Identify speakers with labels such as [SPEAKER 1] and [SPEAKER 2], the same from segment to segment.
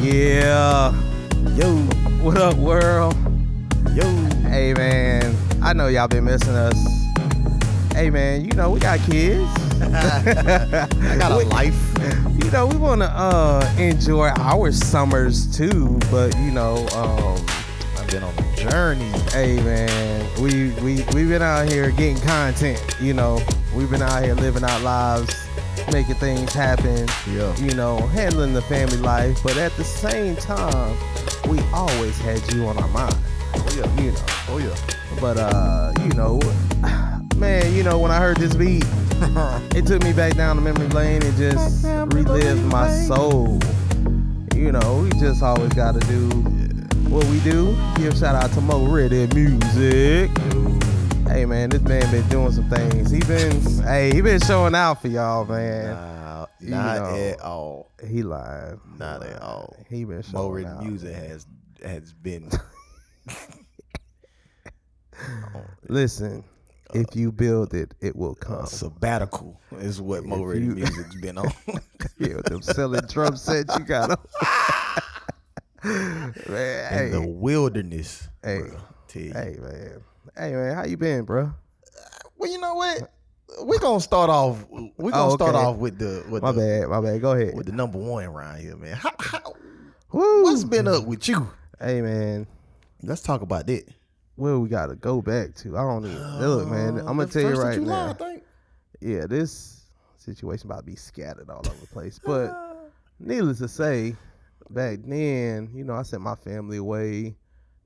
[SPEAKER 1] Yeah.
[SPEAKER 2] Yo,
[SPEAKER 1] What up, world?
[SPEAKER 2] yo.
[SPEAKER 1] Hey, man. I know y'all been missing us. Hey, man. You know we got kids.
[SPEAKER 2] I got a life.
[SPEAKER 1] You know we want to uh, enjoy our summers too, but you know, um,
[SPEAKER 2] I've been on a journey.
[SPEAKER 1] hey, man. We we we've been out here getting content. You know, we've been out here living our lives, making things happen.
[SPEAKER 2] Yeah.
[SPEAKER 1] you know, handling the family life, but at the same time, we always had you on our mind,
[SPEAKER 2] Oh yeah.
[SPEAKER 1] you know.
[SPEAKER 2] Oh
[SPEAKER 1] But uh, you know, man, you know, when I heard this beat,
[SPEAKER 2] yeah.
[SPEAKER 1] it took me back down to memory lane and just relived my soul. You know, we just always gotta do what we do. Give shout out to Mo Ready Music. Hey man, this man been doing some things. He been hey, he been showing out for y'all, man.
[SPEAKER 2] Nah,
[SPEAKER 1] You
[SPEAKER 2] not
[SPEAKER 1] know.
[SPEAKER 2] at all.
[SPEAKER 1] He lied.
[SPEAKER 2] Not at all.
[SPEAKER 1] He been showing
[SPEAKER 2] Morin
[SPEAKER 1] out.
[SPEAKER 2] music has has been.
[SPEAKER 1] Listen,
[SPEAKER 2] Uh,
[SPEAKER 1] if you build it, it will come.
[SPEAKER 2] A sabbatical is what Mo
[SPEAKER 1] If
[SPEAKER 2] Ready
[SPEAKER 1] you-
[SPEAKER 2] music's been on.
[SPEAKER 1] yeah, them selling drum sets you got 'em. man,
[SPEAKER 2] In the
[SPEAKER 1] hey,
[SPEAKER 2] wilderness.
[SPEAKER 1] Hey.
[SPEAKER 2] bruh, tell you.
[SPEAKER 1] hey, man, hey, man, how you been, bro?
[SPEAKER 2] Well, you know what? We're gonna start off. We're gonna
[SPEAKER 1] Oh,
[SPEAKER 2] start
[SPEAKER 1] okay.
[SPEAKER 2] off with the with
[SPEAKER 1] My
[SPEAKER 2] the,
[SPEAKER 1] bad, my bad. Go ahead.
[SPEAKER 2] with the number one around here, man. How, how,
[SPEAKER 1] Woo.
[SPEAKER 2] what's been up with you?
[SPEAKER 1] Hey, man,
[SPEAKER 2] Let's talk about that.
[SPEAKER 1] where we gotta go back to? I don't even look, man. I'm gonna
[SPEAKER 2] Uh, Oh, The
[SPEAKER 1] tell you
[SPEAKER 2] first of
[SPEAKER 1] right
[SPEAKER 2] July, I
[SPEAKER 1] now.
[SPEAKER 2] think.
[SPEAKER 1] Yeah, this situation about to be scattered all over the place, but.
[SPEAKER 2] Uh,
[SPEAKER 1] needless to say, back then, you know, I sent my family away.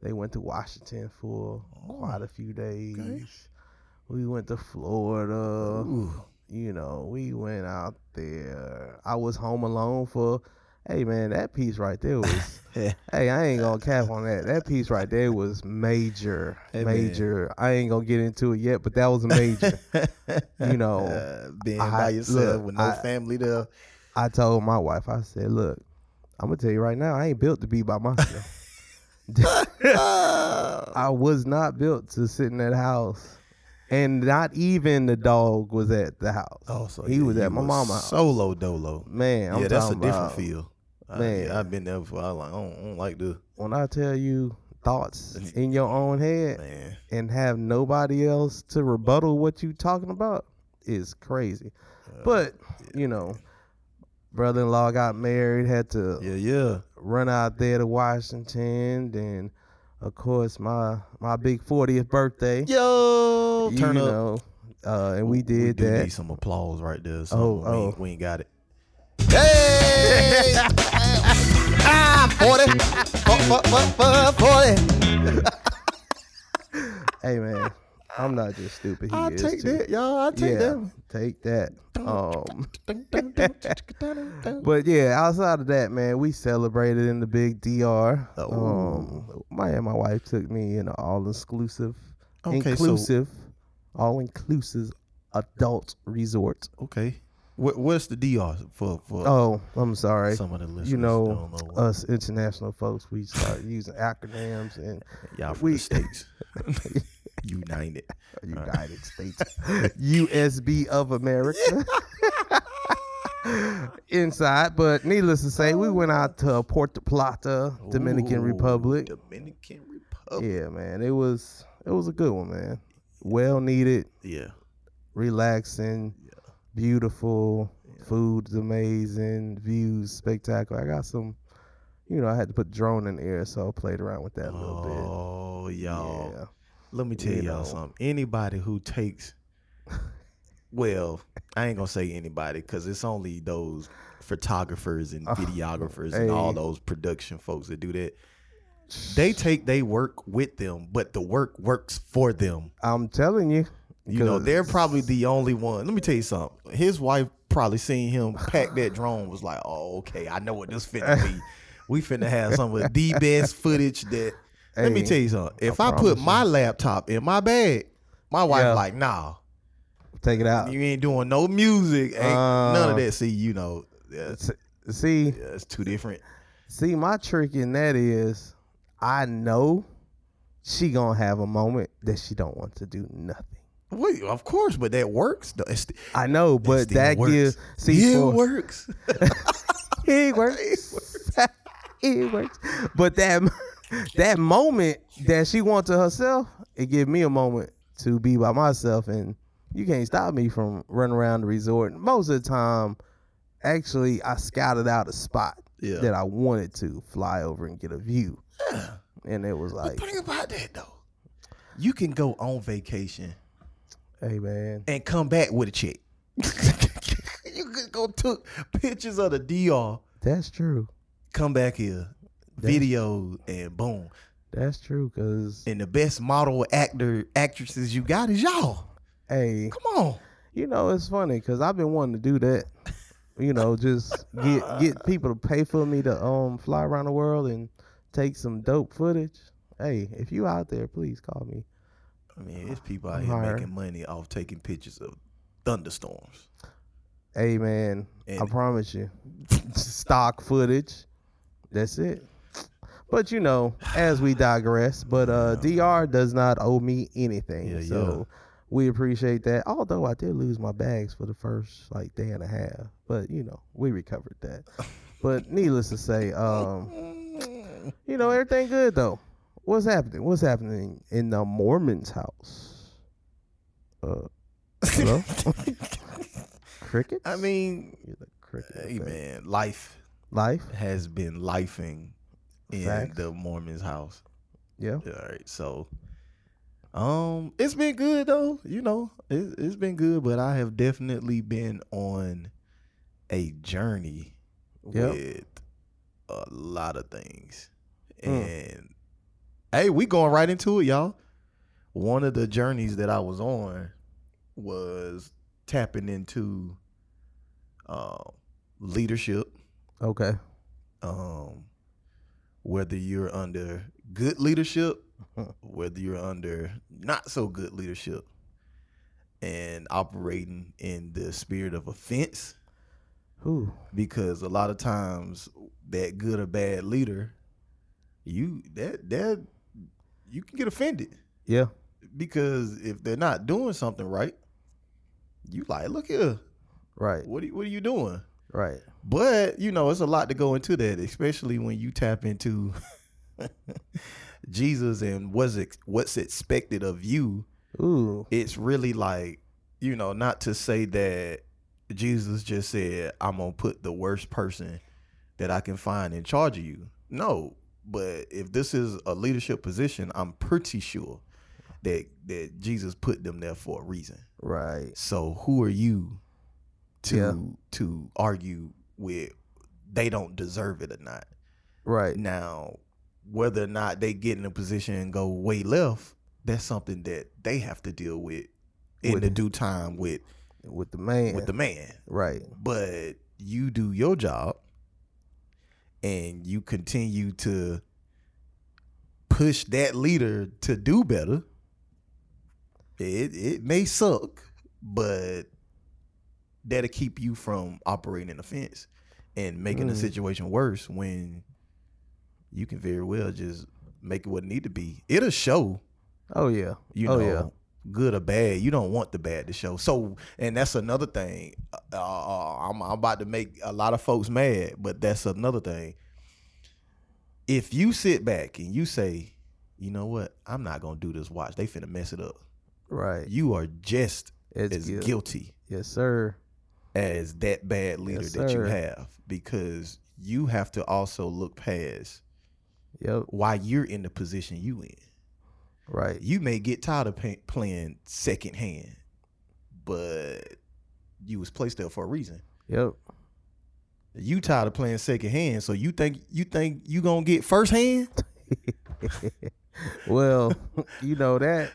[SPEAKER 1] They went to Washington for
[SPEAKER 2] Oh,
[SPEAKER 1] quite a few days. We went to Florida.
[SPEAKER 2] Ooh.
[SPEAKER 1] You know, we went out there. I was home alone for. Hey man, that piece right there was.
[SPEAKER 2] Yeah.
[SPEAKER 1] hey, I ain't gonna cap on that. That piece right there was major,
[SPEAKER 2] Hey, man.
[SPEAKER 1] major. I ain't gonna get into it yet, but that was major. you know,
[SPEAKER 2] Uh, being
[SPEAKER 1] I-
[SPEAKER 2] by yourself
[SPEAKER 1] look,
[SPEAKER 2] with no
[SPEAKER 1] I-
[SPEAKER 2] family there.
[SPEAKER 1] I told my wife, I said, look, I'm gonna tell you right now, I ain't built to be by myself. I was not built to sit in that house. And not even the dog was at the house. he
[SPEAKER 2] yeah,
[SPEAKER 1] was
[SPEAKER 2] you
[SPEAKER 1] at my
[SPEAKER 2] was
[SPEAKER 1] mama. house.
[SPEAKER 2] Solo dolo.
[SPEAKER 1] man, I'm
[SPEAKER 2] Oh. yeah, that's a
[SPEAKER 1] talking
[SPEAKER 2] different
[SPEAKER 1] about,
[SPEAKER 2] feel. I,
[SPEAKER 1] Man.
[SPEAKER 2] yeah, I've been there for. I like. I don't, I don't like the
[SPEAKER 1] When I tell you thoughts in your own head
[SPEAKER 2] man.
[SPEAKER 1] and have nobody else to rebuttal what you talking about is crazy.
[SPEAKER 2] Uh,
[SPEAKER 1] but you know, brother-in-law got married, had to
[SPEAKER 2] Yeah, yeah.
[SPEAKER 1] run out there to Washington. Then, of course, my my big 40th birthday.
[SPEAKER 2] Yo,
[SPEAKER 1] you
[SPEAKER 2] turn up.
[SPEAKER 1] know, uh, and we
[SPEAKER 2] We
[SPEAKER 1] did
[SPEAKER 2] do
[SPEAKER 1] that.
[SPEAKER 2] need some applause right there. So
[SPEAKER 1] Oh,
[SPEAKER 2] we, ain't-
[SPEAKER 1] oh.
[SPEAKER 2] we ain't got it. Hey! ah, 40. Fu- fu- fu- fu- 40.
[SPEAKER 1] Hey man, I'm not just stupid. He
[SPEAKER 2] I
[SPEAKER 1] is
[SPEAKER 2] take
[SPEAKER 1] too.
[SPEAKER 2] that, y'all. I take
[SPEAKER 1] yeah,
[SPEAKER 2] that one.
[SPEAKER 1] take that. Um,
[SPEAKER 2] Dun, dun, dun, dun, dun.
[SPEAKER 1] but yeah, outside of that, man, we celebrated in the big DR.
[SPEAKER 2] Oh.
[SPEAKER 1] Um, my and my wife took me in an all exclusive,
[SPEAKER 2] Okay, so-
[SPEAKER 1] inclusive, all inclusive adult resort.
[SPEAKER 2] okay. What, what's the DR for? for
[SPEAKER 1] Oh, I'm sorry.
[SPEAKER 2] Some of the listeners
[SPEAKER 1] you know,
[SPEAKER 2] don't know what-
[SPEAKER 1] us international folks, we start using acronyms and
[SPEAKER 2] y'all from
[SPEAKER 1] we-
[SPEAKER 2] the States. United.
[SPEAKER 1] United States, USB of America. Inside, but needless to say, we went out to Puerto Plata, Dominican
[SPEAKER 2] Oh. Ooh,
[SPEAKER 1] Republic.
[SPEAKER 2] Dominican Republic.
[SPEAKER 1] Yeah, man, it was it was a good one, man. Well needed,
[SPEAKER 2] Yeah.
[SPEAKER 1] relaxing, beautiful, food's amazing, views spectacular. I got some, you know, I had to put drone in the air, so I played around with that a little bit.
[SPEAKER 2] Oh, y'all.
[SPEAKER 1] Yeah.
[SPEAKER 2] Let me tell
[SPEAKER 1] You
[SPEAKER 2] y'all
[SPEAKER 1] know.
[SPEAKER 2] something. Anybody who takes, well, I ain't gonna say anybody because it's only those photographers and videographers and all
[SPEAKER 1] Uh, hey.
[SPEAKER 2] those production folks that do that. They take they work with them, but the work works for them.
[SPEAKER 1] I'm telling you.
[SPEAKER 2] You know,
[SPEAKER 1] 'cause
[SPEAKER 2] they're probably the only one. Let me tell you something. His wife probably seen him pack that drone, was like, "Oh, okay, I know what this finna be. We finna have some of the best footage that." let me
[SPEAKER 1] Hey,
[SPEAKER 2] tell you something. If I, put my laptop in my bag, my wife
[SPEAKER 1] Yeah.
[SPEAKER 2] like, "Nah,
[SPEAKER 1] take it out.
[SPEAKER 2] you ain't doing no music, ain't none of
[SPEAKER 1] Uh,
[SPEAKER 2] that." See, you know, that's
[SPEAKER 1] S- See,
[SPEAKER 2] that's two different.
[SPEAKER 1] see, my trick in that is, I know she gonna have a moment that she don't want to do nothing.
[SPEAKER 2] Wait, of course, but that works. though. It's,
[SPEAKER 1] I know, but
[SPEAKER 2] still
[SPEAKER 1] that
[SPEAKER 2] works.
[SPEAKER 1] gives see
[SPEAKER 2] it
[SPEAKER 1] for
[SPEAKER 2] works.
[SPEAKER 1] it works. it works. But that that moment that she wants to herself, it gave me a moment to be by myself, and you can't stop me from running around the resort. Most of the time, actually, I scouted out a spot
[SPEAKER 2] Yeah.
[SPEAKER 1] that I wanted to fly over and get a view, and it was
[SPEAKER 2] But
[SPEAKER 1] like,
[SPEAKER 2] think about that though. You can go on vacation
[SPEAKER 1] hey man,
[SPEAKER 2] and come back with a check. you could go took pictures of the DR,
[SPEAKER 1] that's true.
[SPEAKER 2] come back here, video, and boom.
[SPEAKER 1] That's true, cause
[SPEAKER 2] And the best model actor actresses you got is y'all.
[SPEAKER 1] hey,
[SPEAKER 2] Come on.
[SPEAKER 1] You know, it's funny because I've been wanting to do that. You know, just get get people to pay for me to um fly around the world and take some dope footage. Hey, if you out there, please call me.
[SPEAKER 2] I mean, there's people out here
[SPEAKER 1] Right.
[SPEAKER 2] making money off taking pictures of thunderstorms.
[SPEAKER 1] Hey man, I
[SPEAKER 2] And-
[SPEAKER 1] promise you, stock footage. That's it. But you know, as we digress, but uh, Dr. does not owe me anything,
[SPEAKER 2] Yeah,
[SPEAKER 1] so we appreciate that. Although I did lose my bags for the first like day and a half, but you know, we recovered that. but needless to say, um, you know, everything good though. What's happening? What's happening in the Mormon's house? Uh, hello, cricket.
[SPEAKER 2] I mean,
[SPEAKER 1] You're the cricket.
[SPEAKER 2] hey
[SPEAKER 1] effect.
[SPEAKER 2] man, life
[SPEAKER 1] Life.
[SPEAKER 2] has been lifing in
[SPEAKER 1] Facts.
[SPEAKER 2] the Mormon's house.
[SPEAKER 1] Yeah.
[SPEAKER 2] All right, so um, it's been good though. You know, it, it's been good, but I have definitely been on a journey
[SPEAKER 1] Yep.
[SPEAKER 2] with a lot of things,
[SPEAKER 1] Mm.
[SPEAKER 2] and hey, we going right into it, y'all. One of the journeys that I was on was tapping into uh, leadership
[SPEAKER 1] Okay.
[SPEAKER 2] um, whether you're under good leadership, whether you're under not so good leadership, and operating in the spirit of offense,
[SPEAKER 1] Who?
[SPEAKER 2] because a lot of times that good or bad leader, you that that you can get offended
[SPEAKER 1] Yeah.
[SPEAKER 2] because if they're not doing something right, you like look here,
[SPEAKER 1] Right.
[SPEAKER 2] what are, you- what are you doing?
[SPEAKER 1] Right.
[SPEAKER 2] But you know, it's a lot to go into that, especially when you tap into Jesus and what's ex- what's expected of you.
[SPEAKER 1] Ooh.
[SPEAKER 2] It's really like you know, not to say that Jesus just said, "I'm gonna put the worst person that I can find in charge of you." No, but if this is a leadership position, I'm pretty sure that that Jesus put them there for a reason.
[SPEAKER 1] Right.
[SPEAKER 2] So who are you to
[SPEAKER 1] Yeah.
[SPEAKER 2] to argue with they don't deserve it or not?
[SPEAKER 1] Right.
[SPEAKER 2] Now, whether or not they get in a position and go way left, that's something that they have to deal with in
[SPEAKER 1] With-
[SPEAKER 2] the due time with
[SPEAKER 1] With the man.
[SPEAKER 2] with the man.
[SPEAKER 1] right.
[SPEAKER 2] But you do your job and you continue to push that leader to do better. It it may suck, but that'll keep you from operating an offense and making the
[SPEAKER 1] Mm.
[SPEAKER 2] situation worse when you can very well just make it what it need to be. It'll show
[SPEAKER 1] Oh yeah.
[SPEAKER 2] you know,
[SPEAKER 1] Oh, yeah.
[SPEAKER 2] good or bad. You don't want the bad to show. So, and that's another thing. Uh, I'm, I'm about to make a lot of folks mad, but that's another thing. If you sit back and you say, you know what, I'm not gonna do this watch. They finna mess it up.
[SPEAKER 1] Right.
[SPEAKER 2] You are just
[SPEAKER 1] It's
[SPEAKER 2] as
[SPEAKER 1] guilt.
[SPEAKER 2] guilty
[SPEAKER 1] Yes, sir.
[SPEAKER 2] as that bad leader
[SPEAKER 1] Yes,
[SPEAKER 2] that you
[SPEAKER 1] sir.
[SPEAKER 2] have because you have to also look past
[SPEAKER 1] Yep.
[SPEAKER 2] why you're in the position you in.
[SPEAKER 1] Right.
[SPEAKER 2] you may get tired of pay- playing second hand, but you was placed there for a reason.
[SPEAKER 1] Yep.
[SPEAKER 2] You tired of playing second hand, so you think you think you gonna get first hand?
[SPEAKER 1] Well, you know that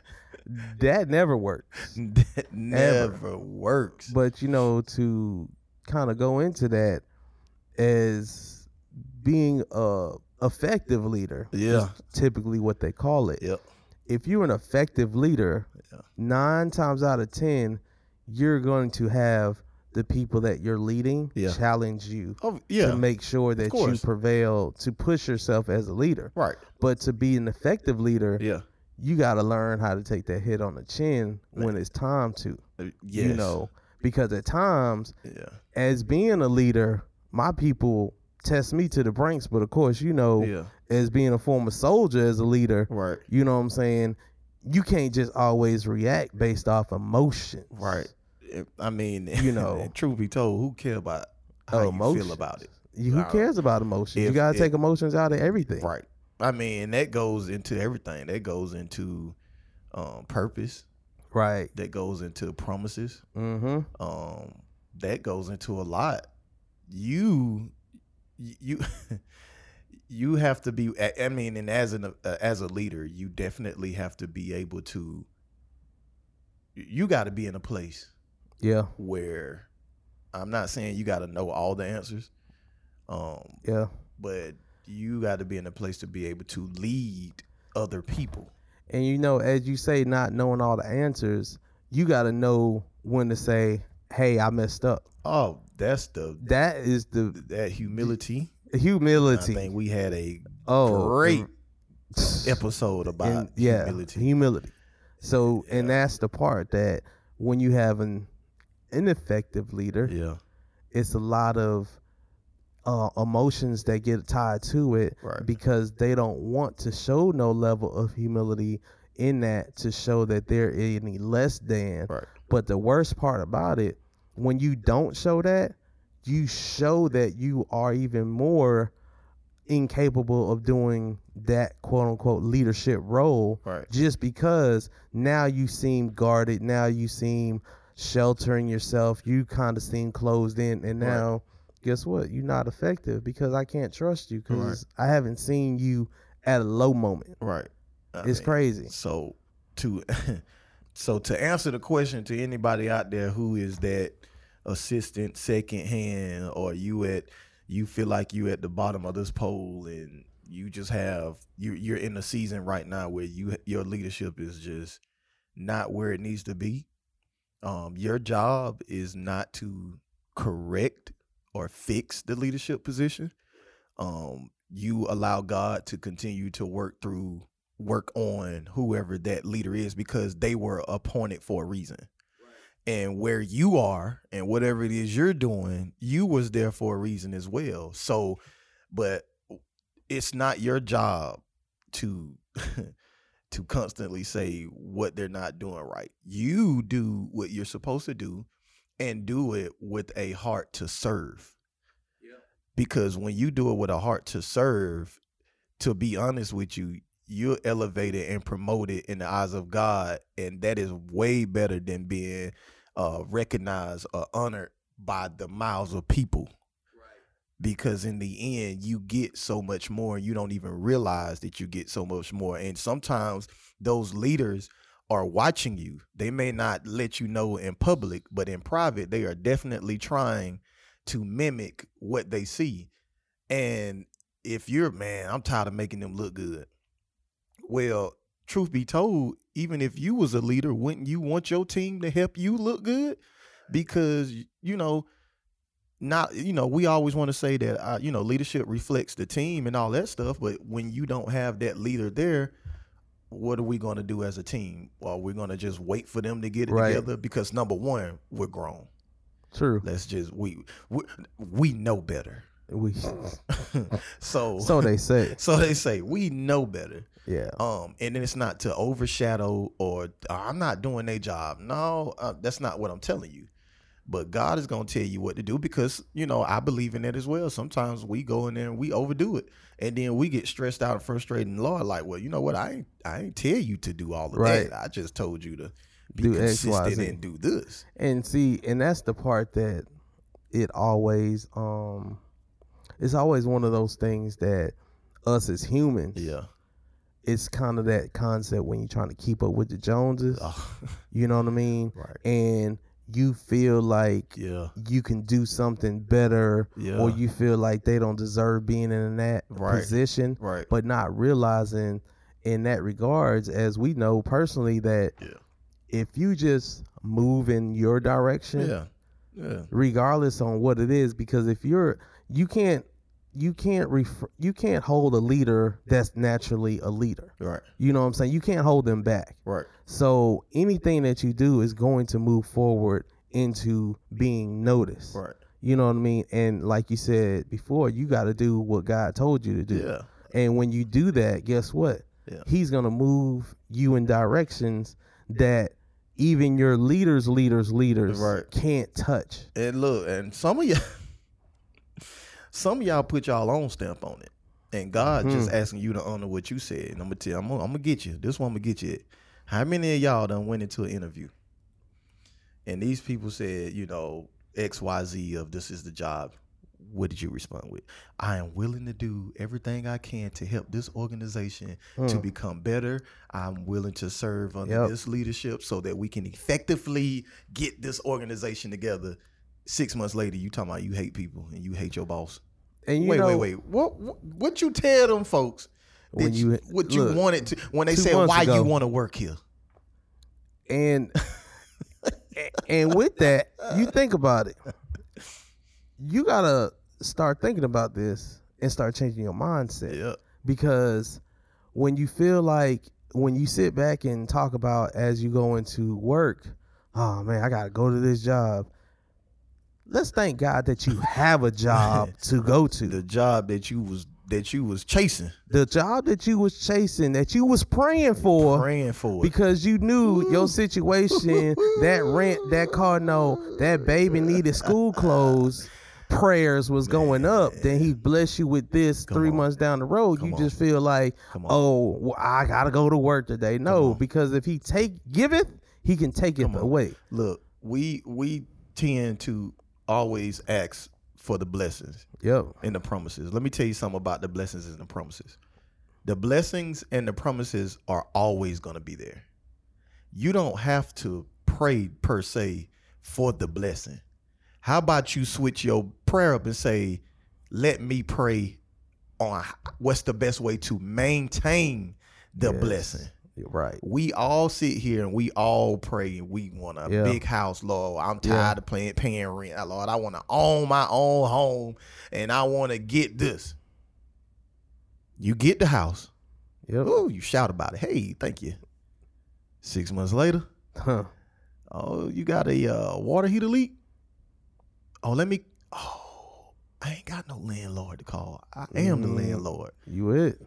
[SPEAKER 1] that never works.
[SPEAKER 2] that never works.
[SPEAKER 1] But you know to kind of go into that as being a effective leader. is
[SPEAKER 2] Yeah.
[SPEAKER 1] Typically what they call it.
[SPEAKER 2] Yep.
[SPEAKER 1] if you're an effective leader,
[SPEAKER 2] Yeah.
[SPEAKER 1] nine times out of ten, you're going to have the people that you're leading
[SPEAKER 2] Yeah.
[SPEAKER 1] challenge you
[SPEAKER 2] Oh
[SPEAKER 1] to
[SPEAKER 2] yeah.
[SPEAKER 1] make sure that you
[SPEAKER 2] course.
[SPEAKER 1] prevail, to push yourself as a leader.
[SPEAKER 2] Right.
[SPEAKER 1] But to be an effective leader,
[SPEAKER 2] Yeah.
[SPEAKER 1] you got to learn how to take that hit on the chin when it's time to,
[SPEAKER 2] Uh, Yes.
[SPEAKER 1] you know, because at times
[SPEAKER 2] Yeah.
[SPEAKER 1] as being a leader, my people test me to the brinks. But of course, you know,
[SPEAKER 2] Yeah.
[SPEAKER 1] as being a former soldier, as a leader,
[SPEAKER 2] Right.
[SPEAKER 1] you know what I'm saying? You can't just always react based off emotions.
[SPEAKER 2] Right. If- I mean,
[SPEAKER 1] You know.
[SPEAKER 2] truth be told, who care about how you
[SPEAKER 1] Oh, Emotions.
[SPEAKER 2] feel about it?
[SPEAKER 1] You, who
[SPEAKER 2] Uh,
[SPEAKER 1] cares about emotions? you
[SPEAKER 2] if-
[SPEAKER 1] gotta
[SPEAKER 2] if-
[SPEAKER 1] take emotions out of everything.
[SPEAKER 2] Right. I mean, that goes into everything. That goes into um, purpose.
[SPEAKER 1] Right.
[SPEAKER 2] That goes into promises.
[SPEAKER 1] Mm-hmm.
[SPEAKER 2] Um, that goes into a lot. You, you, you have to be. I- I mean, and as an uh, as a leader, you definitely have to be able to. You got to be in a place
[SPEAKER 1] Yeah.
[SPEAKER 2] where I'm not saying you got to know all the answers, um,
[SPEAKER 1] Yeah.
[SPEAKER 2] but you got to be in a place to be able to lead other people.
[SPEAKER 1] And you know, as you say, not knowing all the answers, you gotta know when to say, "Hey, I messed up."
[SPEAKER 2] Oh, that's the
[SPEAKER 1] That is the
[SPEAKER 2] that humility. I
[SPEAKER 1] humility.
[SPEAKER 2] think we had a
[SPEAKER 1] oh,
[SPEAKER 2] great
[SPEAKER 1] mm,
[SPEAKER 2] episode about
[SPEAKER 1] and- yeah,
[SPEAKER 2] humility.
[SPEAKER 1] humility. So, and that's the part that when you have an ineffective leader,
[SPEAKER 2] yeah,
[SPEAKER 1] it's a lot of uh, emotions that get tied to it
[SPEAKER 2] Right.
[SPEAKER 1] because they don't want to show no level of humility in that to show that they're any less than.
[SPEAKER 2] right.
[SPEAKER 1] But the worst part about it, when you don't show that, you show that you are even more incapable of doing that quote unquote leadership role
[SPEAKER 2] Right.
[SPEAKER 1] just because now you seem guarded, now you seem sheltering yourself, you kind of seem closed in, and
[SPEAKER 2] Right.
[SPEAKER 1] now guess what? You're not effective because I can't trust you because I haven't seen you at a low moment.
[SPEAKER 2] Right. I
[SPEAKER 1] It's
[SPEAKER 2] mean,
[SPEAKER 1] crazy.
[SPEAKER 2] So to so to answer the question to anybody out there who is that assistant second hand or you at you feel like you at the bottom of this pole and you just have you you're in a season right now where you your leadership is just not where it needs to be. Um your job is not to correct or fix the leadership position. Um you allow God to continue to work through work on whoever that leader is because they were appointed for a reason. And where you are and whatever it is you're doing, you was there for a reason as well. So, but it's not your job to to constantly say what they're not doing right. You do what you're supposed to do and do it with a heart to serve. Because when you do it with a heart to serve, to be honest with you, you're elevated and promoted in the eyes of God, and that is way better than being uh, recognized or honored by the miles of people. Because in the end, you get so much more, and you don't even realize that you get so much more. And sometimes those leaders are watching you. They may not let you know in public, but in private, they are definitely trying to mimic what they see. And if you're man, I'm tired of making them look good. Well, truth be told, even if you was a leader, wouldn't you want your team to help you look good? Because you know, not you know, we always want to say that uh, you know leadership reflects the team and all that stuff, but when you don't have that leader there. What are we going to do as a team? Are we going to just wait for them to get it
[SPEAKER 1] Right.
[SPEAKER 2] together? Because number one, we're grown.
[SPEAKER 1] True.
[SPEAKER 2] Let's just we we, we know better.
[SPEAKER 1] We,
[SPEAKER 2] so
[SPEAKER 1] so they say.
[SPEAKER 2] so they say we know better.
[SPEAKER 1] Yeah.
[SPEAKER 2] Um, and then it's not to overshadow or "Ah, I'm not doing their job. No, uh, that's not what I'm telling you. But God is gonna tell you what to do because you know I believe in that as well. Sometimes we go in there and we overdo it, and then we get stressed out and frustrated. And Lord, like, well, you know what? I ain't I ain't tell you to do all of
[SPEAKER 1] Right.
[SPEAKER 2] that. I just told you to be
[SPEAKER 1] Do X, Y,
[SPEAKER 2] consistent
[SPEAKER 1] Z.
[SPEAKER 2] and do this.
[SPEAKER 1] And see, and that's the part that it always um it's always one of those things that us as humans,
[SPEAKER 2] Yeah.
[SPEAKER 1] it's kind of that concept when you're trying to keep up with the Joneses.
[SPEAKER 2] Oh,
[SPEAKER 1] You know what I mean?
[SPEAKER 2] right.
[SPEAKER 1] And you feel like
[SPEAKER 2] Yeah.
[SPEAKER 1] you can do something better
[SPEAKER 2] Yeah.
[SPEAKER 1] or you feel like they don't deserve being in that
[SPEAKER 2] Right.
[SPEAKER 1] position,
[SPEAKER 2] right.
[SPEAKER 1] but not realizing in that regards as we know personally that
[SPEAKER 2] Yeah.
[SPEAKER 1] if you just move in your direction,
[SPEAKER 2] Yeah. Yeah.
[SPEAKER 1] regardless on what it is because if you're you can't you can't ref- you can't hold a leader that's naturally a leader
[SPEAKER 2] Right.
[SPEAKER 1] you know what i'm saying you can't hold them back
[SPEAKER 2] Right.
[SPEAKER 1] so anything that you do is going to move forward into being noticed
[SPEAKER 2] Right.
[SPEAKER 1] You know what I mean? And like you said before, you got to do what God told you to do.
[SPEAKER 2] Yeah.
[SPEAKER 1] And when you do that, guess what?
[SPEAKER 2] Yeah.
[SPEAKER 1] He's going to move you in directions that even your leaders, leaders, leaders
[SPEAKER 2] Right.
[SPEAKER 1] can't touch.
[SPEAKER 2] And look, and some of y'all, some of y'all put y'all own stamp on it, and God just asking you to honor what you said. And I'm gonna tell, I'm gonna, I'm gonna get you. This one, I'm gonna get you. How many of y'all done went into an interview, and these people said, you know, X, Y, Z of this is the job. What did you respond with? I am willing to do everything I can to help this organization
[SPEAKER 1] Hmm.
[SPEAKER 2] to become better. I'm willing to serve under
[SPEAKER 1] Yep.
[SPEAKER 2] this leadership so that we can effectively get this organization together six months later, you talking about you hate people and you hate your boss.
[SPEAKER 1] And you
[SPEAKER 2] wait,
[SPEAKER 1] know,
[SPEAKER 2] wait, wait. What, what what you tell them folks? that
[SPEAKER 1] When
[SPEAKER 2] you,
[SPEAKER 1] you-
[SPEAKER 2] what you
[SPEAKER 1] look,
[SPEAKER 2] wanted to when they
[SPEAKER 1] two
[SPEAKER 2] said
[SPEAKER 1] months
[SPEAKER 2] why
[SPEAKER 1] ago-
[SPEAKER 2] you want to work here?
[SPEAKER 1] And and with that, you think about it. You gotta start thinking about this and start changing your mindset.
[SPEAKER 2] Yeah,
[SPEAKER 1] Because when you feel like when you sit back and talk about as you go into work, oh man, I gotta go to this job. Let's thank God that you have a job to go to.
[SPEAKER 2] the job that you was that you was chasing,
[SPEAKER 1] The job that you was chasing, that you was praying for.
[SPEAKER 2] praying for. it.
[SPEAKER 1] because you knew your situation that rent that car note that baby needed school clothes prayers was going up then he blessed you with this three
[SPEAKER 2] on.
[SPEAKER 1] months down the road you
[SPEAKER 2] Come
[SPEAKER 1] just feel like
[SPEAKER 2] Come on.
[SPEAKER 1] oh well, i gotta go to work today no
[SPEAKER 2] on.
[SPEAKER 1] because if he take giveth he can take it
[SPEAKER 2] on.
[SPEAKER 1] away
[SPEAKER 2] Look, we we tend to always ask for the blessings.
[SPEAKER 1] yep
[SPEAKER 2] and the promises. Let me tell you something about the blessings and the promises. The blessings and the promises are always going to be there. You don't have to pray per se for the blessing. How about you switch your prayer up and say, "Let me pray on what's the best way to maintain the
[SPEAKER 1] Yes.
[SPEAKER 2] blessing."
[SPEAKER 1] you're right
[SPEAKER 2] we all sit here and we all pray and we want a
[SPEAKER 1] Yeah.
[SPEAKER 2] big house, Lord. I'm tired
[SPEAKER 1] Yeah.
[SPEAKER 2] of playing paying rent, Uh, Lord. I want to own my own home and I want to get this. You get the house.
[SPEAKER 1] yep
[SPEAKER 2] Oh, you shout about it. Hey, thank you. Six months later,
[SPEAKER 1] huh.
[SPEAKER 2] oh, you got a uh, water heater leak. Oh, let me. Oh, I ain't got no landlord to call. I am the
[SPEAKER 1] Mm.
[SPEAKER 2] landlord.
[SPEAKER 1] you it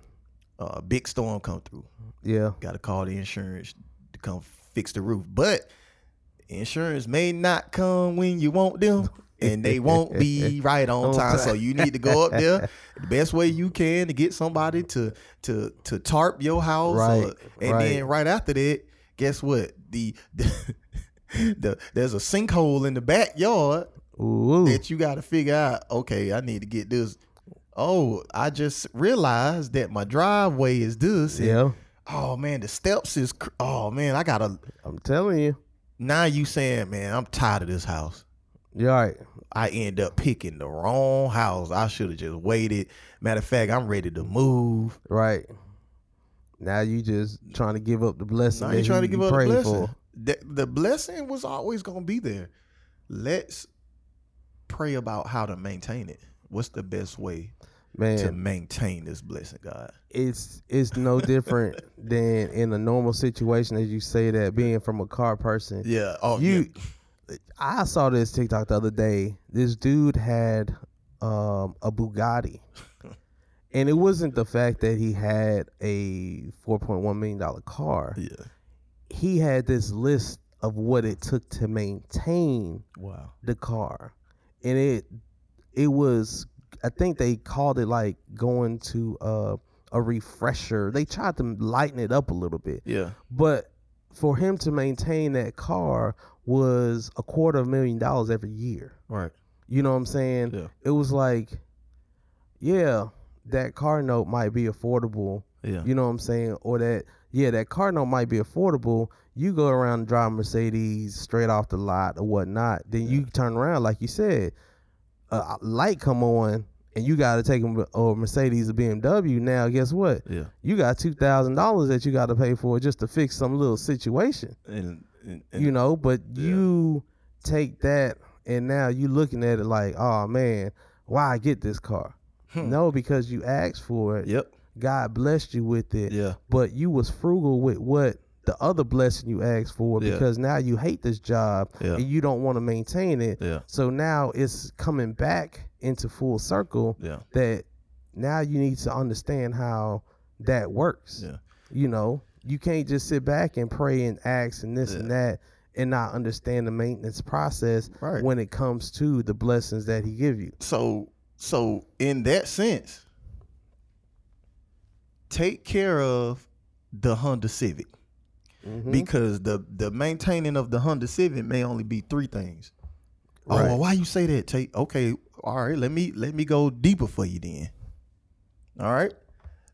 [SPEAKER 2] Uh, big storm come through.
[SPEAKER 1] yeah
[SPEAKER 2] got to call the insurance to come fix the roof. But insurance may not come when you want them, and they won't be right on
[SPEAKER 1] On
[SPEAKER 2] time.
[SPEAKER 1] time.
[SPEAKER 2] So you need to go up there the best way you can to get somebody to to to tarp your house. or-
[SPEAKER 1] Right,
[SPEAKER 2] and then right after that, guess what? The, the The, there's a sinkhole in the backyard
[SPEAKER 1] Ooh,
[SPEAKER 2] that you got to figure out. Okay, I need to get this. Oh, I just realized that my driveway is this. and
[SPEAKER 1] yeah
[SPEAKER 2] Oh man, the steps is. Cr- oh man, I gotta.
[SPEAKER 1] i'm telling you
[SPEAKER 2] Now you saying, man, I'm tired of this house.
[SPEAKER 1] you're right
[SPEAKER 2] I end up picking the wrong house. I should have just waited. Matter of fact, I'm ready to move.
[SPEAKER 1] right now you just trying to give up the blessing
[SPEAKER 2] Now
[SPEAKER 1] that
[SPEAKER 2] you trying to
[SPEAKER 1] you
[SPEAKER 2] give up the
[SPEAKER 1] prayed
[SPEAKER 2] blessing.
[SPEAKER 1] for.
[SPEAKER 2] The, the blessing was always gonna be there. Let's pray about how to maintain it. What's the best way
[SPEAKER 1] man
[SPEAKER 2] to maintain this blessing, God?
[SPEAKER 1] it's it's no different than in a normal situation as you say that being from a car person.
[SPEAKER 2] Yeah. Oh,
[SPEAKER 1] You I saw this TikTok the other day. This dude had um a Bugatti. And it wasn't the fact that he had a four point one million dollar car.
[SPEAKER 2] Yeah. yeah.
[SPEAKER 1] He had this list of what it took to maintain
[SPEAKER 2] Wow.
[SPEAKER 1] the car. And it it was I think they called it like going to uh a refresher. They tried to lighten it up a little bit.
[SPEAKER 2] Yeah.
[SPEAKER 1] But for him to maintain that car was a quarter of a million dollars every year.
[SPEAKER 2] Right.
[SPEAKER 1] You know what I'm saying?
[SPEAKER 2] Yeah.
[SPEAKER 1] It was like, yeah, that car note might be affordable.
[SPEAKER 2] Yeah.
[SPEAKER 1] You know what I'm saying? Or that, yeah, that car note might be affordable. You go around and drive Mercedes straight off the lot or whatnot. Then you turn around, like you said, a light come on and you got to take a or Mercedes or BMW. Now, guess what?
[SPEAKER 2] Yeah.
[SPEAKER 1] You got two thousand dollars that you got to pay for just to fix some little situation,
[SPEAKER 2] And, and, and
[SPEAKER 1] you know. But
[SPEAKER 2] Yeah.
[SPEAKER 1] you take that and now you looking at it like, oh man, why I get this car?
[SPEAKER 2] Hmm.
[SPEAKER 1] No, because you asked for it.
[SPEAKER 2] Yep.
[SPEAKER 1] God blessed you with it
[SPEAKER 2] Yeah.
[SPEAKER 1] but you was frugal with what the other blessing you asked for
[SPEAKER 3] Yeah.
[SPEAKER 1] because now you hate this job
[SPEAKER 3] Yeah.
[SPEAKER 1] and you don't want to maintain it.
[SPEAKER 3] Yeah.
[SPEAKER 1] So now it's coming back into full circle
[SPEAKER 3] Yeah.
[SPEAKER 1] that now you need to understand how that works.
[SPEAKER 3] Yeah.
[SPEAKER 1] You know, you can't just sit back and pray and ask and this and that and not understand the maintenance process
[SPEAKER 2] Right.
[SPEAKER 1] when it comes to the blessings that he give you.
[SPEAKER 2] So so in that sense, take care of the Honda Civic
[SPEAKER 1] Mm-hmm.
[SPEAKER 2] because the the maintaining of the Honda Civic may only be three things. Oh, well, why you say that? Take okay, all right. Let me let me go deeper for you then. All right,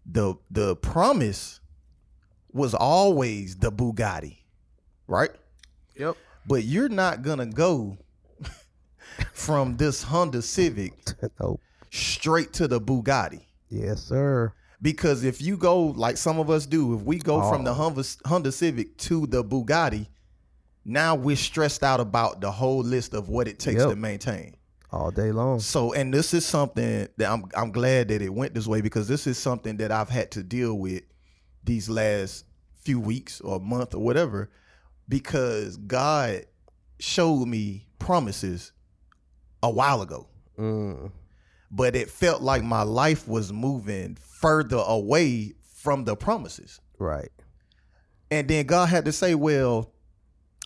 [SPEAKER 2] the the promise was always the Bugatti, right?
[SPEAKER 1] Yep.
[SPEAKER 2] But you're not gonna go from this Honda Civic
[SPEAKER 1] oh,
[SPEAKER 2] straight to the Bugatti.
[SPEAKER 1] yes, sir.
[SPEAKER 2] Because if you go like some of us do, if we go from the Honda, Honda Civic to the Bugatti, now we're stressed out about the whole list of what it takes
[SPEAKER 1] Yep.
[SPEAKER 2] to maintain.
[SPEAKER 1] All day long.
[SPEAKER 2] So, and this is something that I'm I'm glad that it went this way because this is something that I've had to deal with these last few weeks or month or whatever because God showed me promises a while ago
[SPEAKER 1] Mm.
[SPEAKER 2] but it felt like my life was moving further away from the promises.
[SPEAKER 1] Right.
[SPEAKER 2] And then God had to say, well,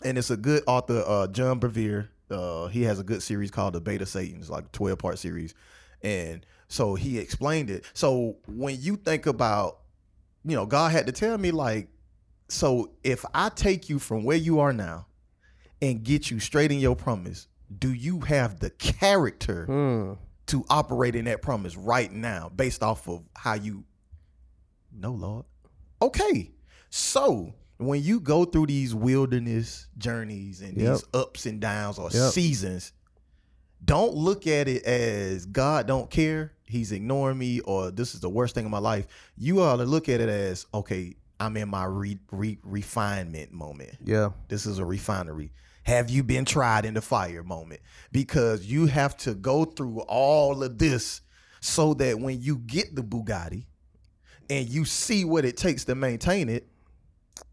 [SPEAKER 2] and it's a good author, uh, John Brevere. Uh, he has a good series called The Beta Satan. It's like a 12 part series. And so he explained it. So when you think about, you know, God had to tell me, like, so if I take you from where you are now and get you straight in your promise, do you have the character
[SPEAKER 1] Mm.
[SPEAKER 2] to operate in that promise right now based off of how you no lord okay so when you go through these wilderness journeys and
[SPEAKER 1] Yep.
[SPEAKER 2] these ups and downs or
[SPEAKER 1] Yep.
[SPEAKER 2] seasons don't look at it as god don't care he's ignoring me or this is the worst thing in my life you ought to look at it as okay i'm in my re, re, refinement moment
[SPEAKER 1] Yeah.
[SPEAKER 2] this is a refinery. Have you been tried in the fire moment? Because you have to go through all of this so that when you get the Bugatti and you see what it takes to maintain it,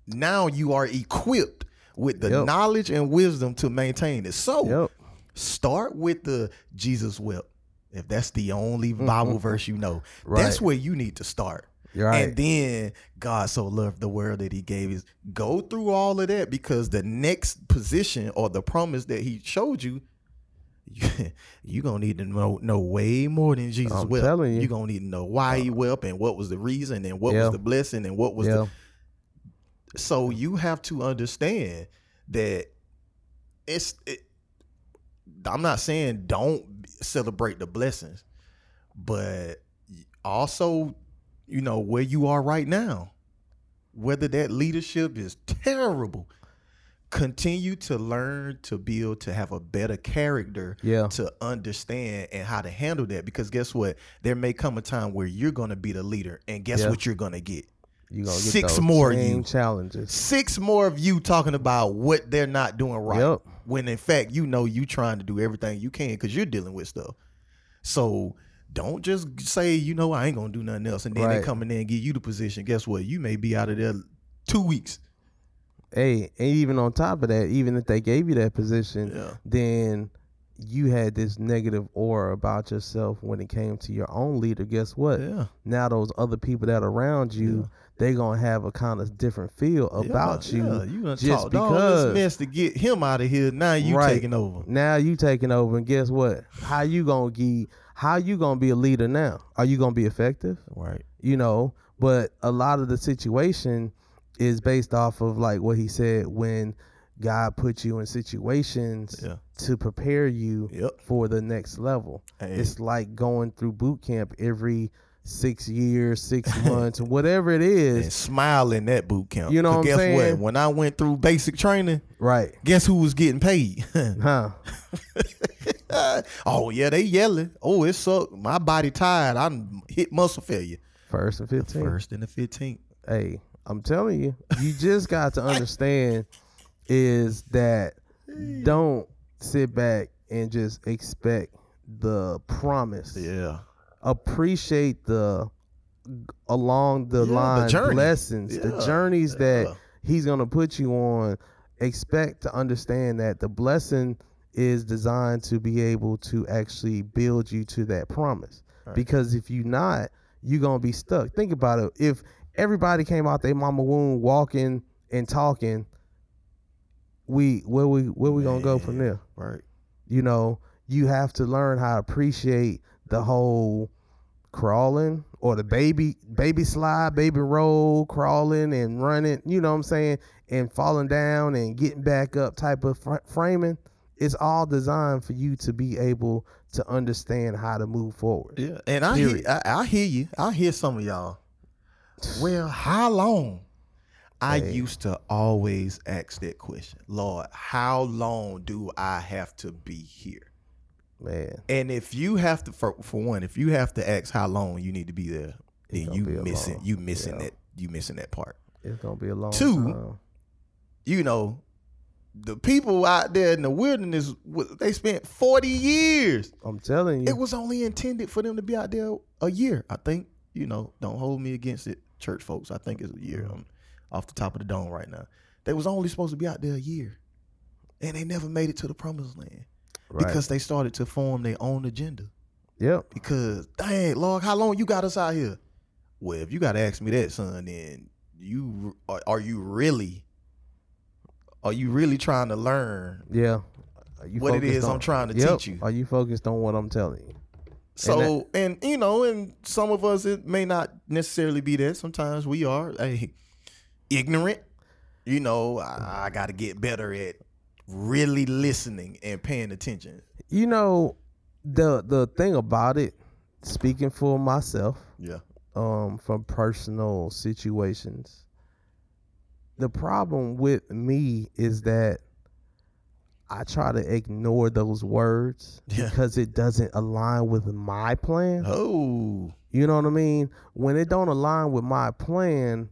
[SPEAKER 2] now you are equipped with the
[SPEAKER 1] Yep.
[SPEAKER 2] knowledge and wisdom to maintain it. So
[SPEAKER 1] Yep.
[SPEAKER 2] start with the Jesus whip. If that's the only Bible verse you know,
[SPEAKER 1] Mm-hmm. Right.
[SPEAKER 2] that's where you need to start.
[SPEAKER 1] You're right.
[SPEAKER 2] And then God so loved the world that he gave his go through all of that because the next position or the promise that he showed you, you're gonna need to know, know way more than Jesus
[SPEAKER 1] I'm
[SPEAKER 2] wept.
[SPEAKER 1] telling you. Uh,
[SPEAKER 2] are gonna need to know why he wept and what was the reason and what
[SPEAKER 1] Yeah.
[SPEAKER 2] was the blessing and what was
[SPEAKER 1] yeah.
[SPEAKER 2] the so you have to understand that it's it, I'm not saying don't celebrate the blessings, but also, you know, where you are right now, whether that leadership is terrible, continue to learn to build to have a better character
[SPEAKER 1] Yeah.
[SPEAKER 2] to understand and how to handle that. Because guess what? There may come a time where you're going to be the leader, and guess
[SPEAKER 1] Yeah.
[SPEAKER 2] what you're going to get?
[SPEAKER 1] You gonna get
[SPEAKER 2] Six
[SPEAKER 1] those
[SPEAKER 2] more you.
[SPEAKER 1] same challenges.
[SPEAKER 2] Six more of you talking about what they're not doing right
[SPEAKER 1] Yep.
[SPEAKER 2] when in fact you know you trying to do everything you can because you're dealing with stuff. So don't just say you know I ain't gonna do nothing else, and then
[SPEAKER 1] Right.
[SPEAKER 2] they come in there and give you the position. Guess what? You may be out of there two weeks.
[SPEAKER 1] Hey, and even on top of that, even if they gave you that position,
[SPEAKER 2] Yeah.
[SPEAKER 1] then you had this negative aura about yourself when it came to your own leader. Guess what?
[SPEAKER 2] Yeah,
[SPEAKER 1] Now those other people that are around you, they gonna have a kind of different feel about you.
[SPEAKER 2] Yeah. You done
[SPEAKER 1] just
[SPEAKER 2] talked all
[SPEAKER 1] because.
[SPEAKER 2] this mess to get him out of here. Now you
[SPEAKER 1] Right.
[SPEAKER 2] taking over.
[SPEAKER 1] Now you taking over, and guess what? How you gonna get? How you gonna be a leader now? Are you gonna be effective?
[SPEAKER 2] Right.
[SPEAKER 1] you know but a lot of the situation is based off of like what he said when god put you in situations
[SPEAKER 2] Yeah.
[SPEAKER 1] to prepare you
[SPEAKER 2] Yep.
[SPEAKER 1] for the next level
[SPEAKER 2] Hey.
[SPEAKER 1] it's like going through boot camp every six years six months whatever it is
[SPEAKER 2] And smile in that boot camp.
[SPEAKER 1] You know
[SPEAKER 2] 'Cause
[SPEAKER 1] what I'm
[SPEAKER 2] guess
[SPEAKER 1] saying?
[SPEAKER 2] what? When I went through basic training,
[SPEAKER 1] right
[SPEAKER 2] guess who was getting paid?
[SPEAKER 1] huh
[SPEAKER 2] oh yeah, they yelling. Oh, it's up. My body tired. I done hit muscle failure.
[SPEAKER 1] first and 15
[SPEAKER 2] First and the fifteenth.
[SPEAKER 1] hey i'm telling you you just got to understand is that don't sit back and just expect the promise
[SPEAKER 2] Yeah.
[SPEAKER 1] appreciate the along the
[SPEAKER 2] Yeah, the
[SPEAKER 1] line
[SPEAKER 2] journey.
[SPEAKER 1] blessings,
[SPEAKER 2] Yeah,
[SPEAKER 1] the journeys that
[SPEAKER 2] yeah.
[SPEAKER 1] he's going to put you on, expect to understand that the blessing is designed to be able to actually build you to that promise.
[SPEAKER 2] Right.
[SPEAKER 1] Because if you not, you're going to be stuck. Think about it. If everybody came out their mama womb walking and talking, we where we where we going to go from
[SPEAKER 2] Man.
[SPEAKER 1] there?
[SPEAKER 2] Right.
[SPEAKER 1] you know, you have to learn how to appreciate the whole crawling or the baby baby slide, baby roll, crawling and running, you know what I'm saying, and falling down and getting back up type of fr- framing. It's all designed for you to be able to understand how to move forward.
[SPEAKER 2] Yeah. And I hear,
[SPEAKER 1] Period.
[SPEAKER 2] I, I hear you. I hear some of y'all. Well, how long? I
[SPEAKER 1] Hey.
[SPEAKER 2] used to always ask that question. Lord, how long do I have to be here?
[SPEAKER 1] Man,
[SPEAKER 2] And if you have to, for, for one, if you have to ask how long you need to be there, then
[SPEAKER 1] gonna
[SPEAKER 2] you
[SPEAKER 1] be a
[SPEAKER 2] missing,
[SPEAKER 1] long-
[SPEAKER 2] you missing
[SPEAKER 1] yeah.
[SPEAKER 2] that, you missing that part.
[SPEAKER 1] it's gonna be a long
[SPEAKER 2] Two.
[SPEAKER 1] time.
[SPEAKER 2] you know, the people out there in the wilderness, w- they spent 40 years.
[SPEAKER 1] I'm telling you,
[SPEAKER 2] It was only intended for them to be out there a year, I think. You know, don't hold me against it, church folks. I think it's a year um, off the top of the dome right now. They was only supposed to be out there a year. And they never made it to the promised land
[SPEAKER 1] right?
[SPEAKER 2] because they started to form their own agenda.
[SPEAKER 1] yep,
[SPEAKER 2] Because, dang, Lord, how long you got us out here? Well, if you got to ask me that, son, then you are, are you really, are you really trying to learn?
[SPEAKER 1] yeah. Are you
[SPEAKER 2] What it
[SPEAKER 1] focused
[SPEAKER 2] is I'm trying to
[SPEAKER 1] Yep.
[SPEAKER 2] teach you.
[SPEAKER 1] Are you focused on what I'm telling you?
[SPEAKER 2] So, and, you know, and some of us, it may not necessarily be that. Sometimes we are hey, ignorant. You know, I, I got to get better at really listening and paying attention.
[SPEAKER 1] You know, the the thing about it, speaking for myself,
[SPEAKER 2] Yeah.
[SPEAKER 1] um, from personal situations, the problem with me is that I try to ignore those words
[SPEAKER 2] Yeah.
[SPEAKER 1] because it doesn't align with my plan.
[SPEAKER 2] Oh,
[SPEAKER 1] You know what I mean? When it don't align with my plan,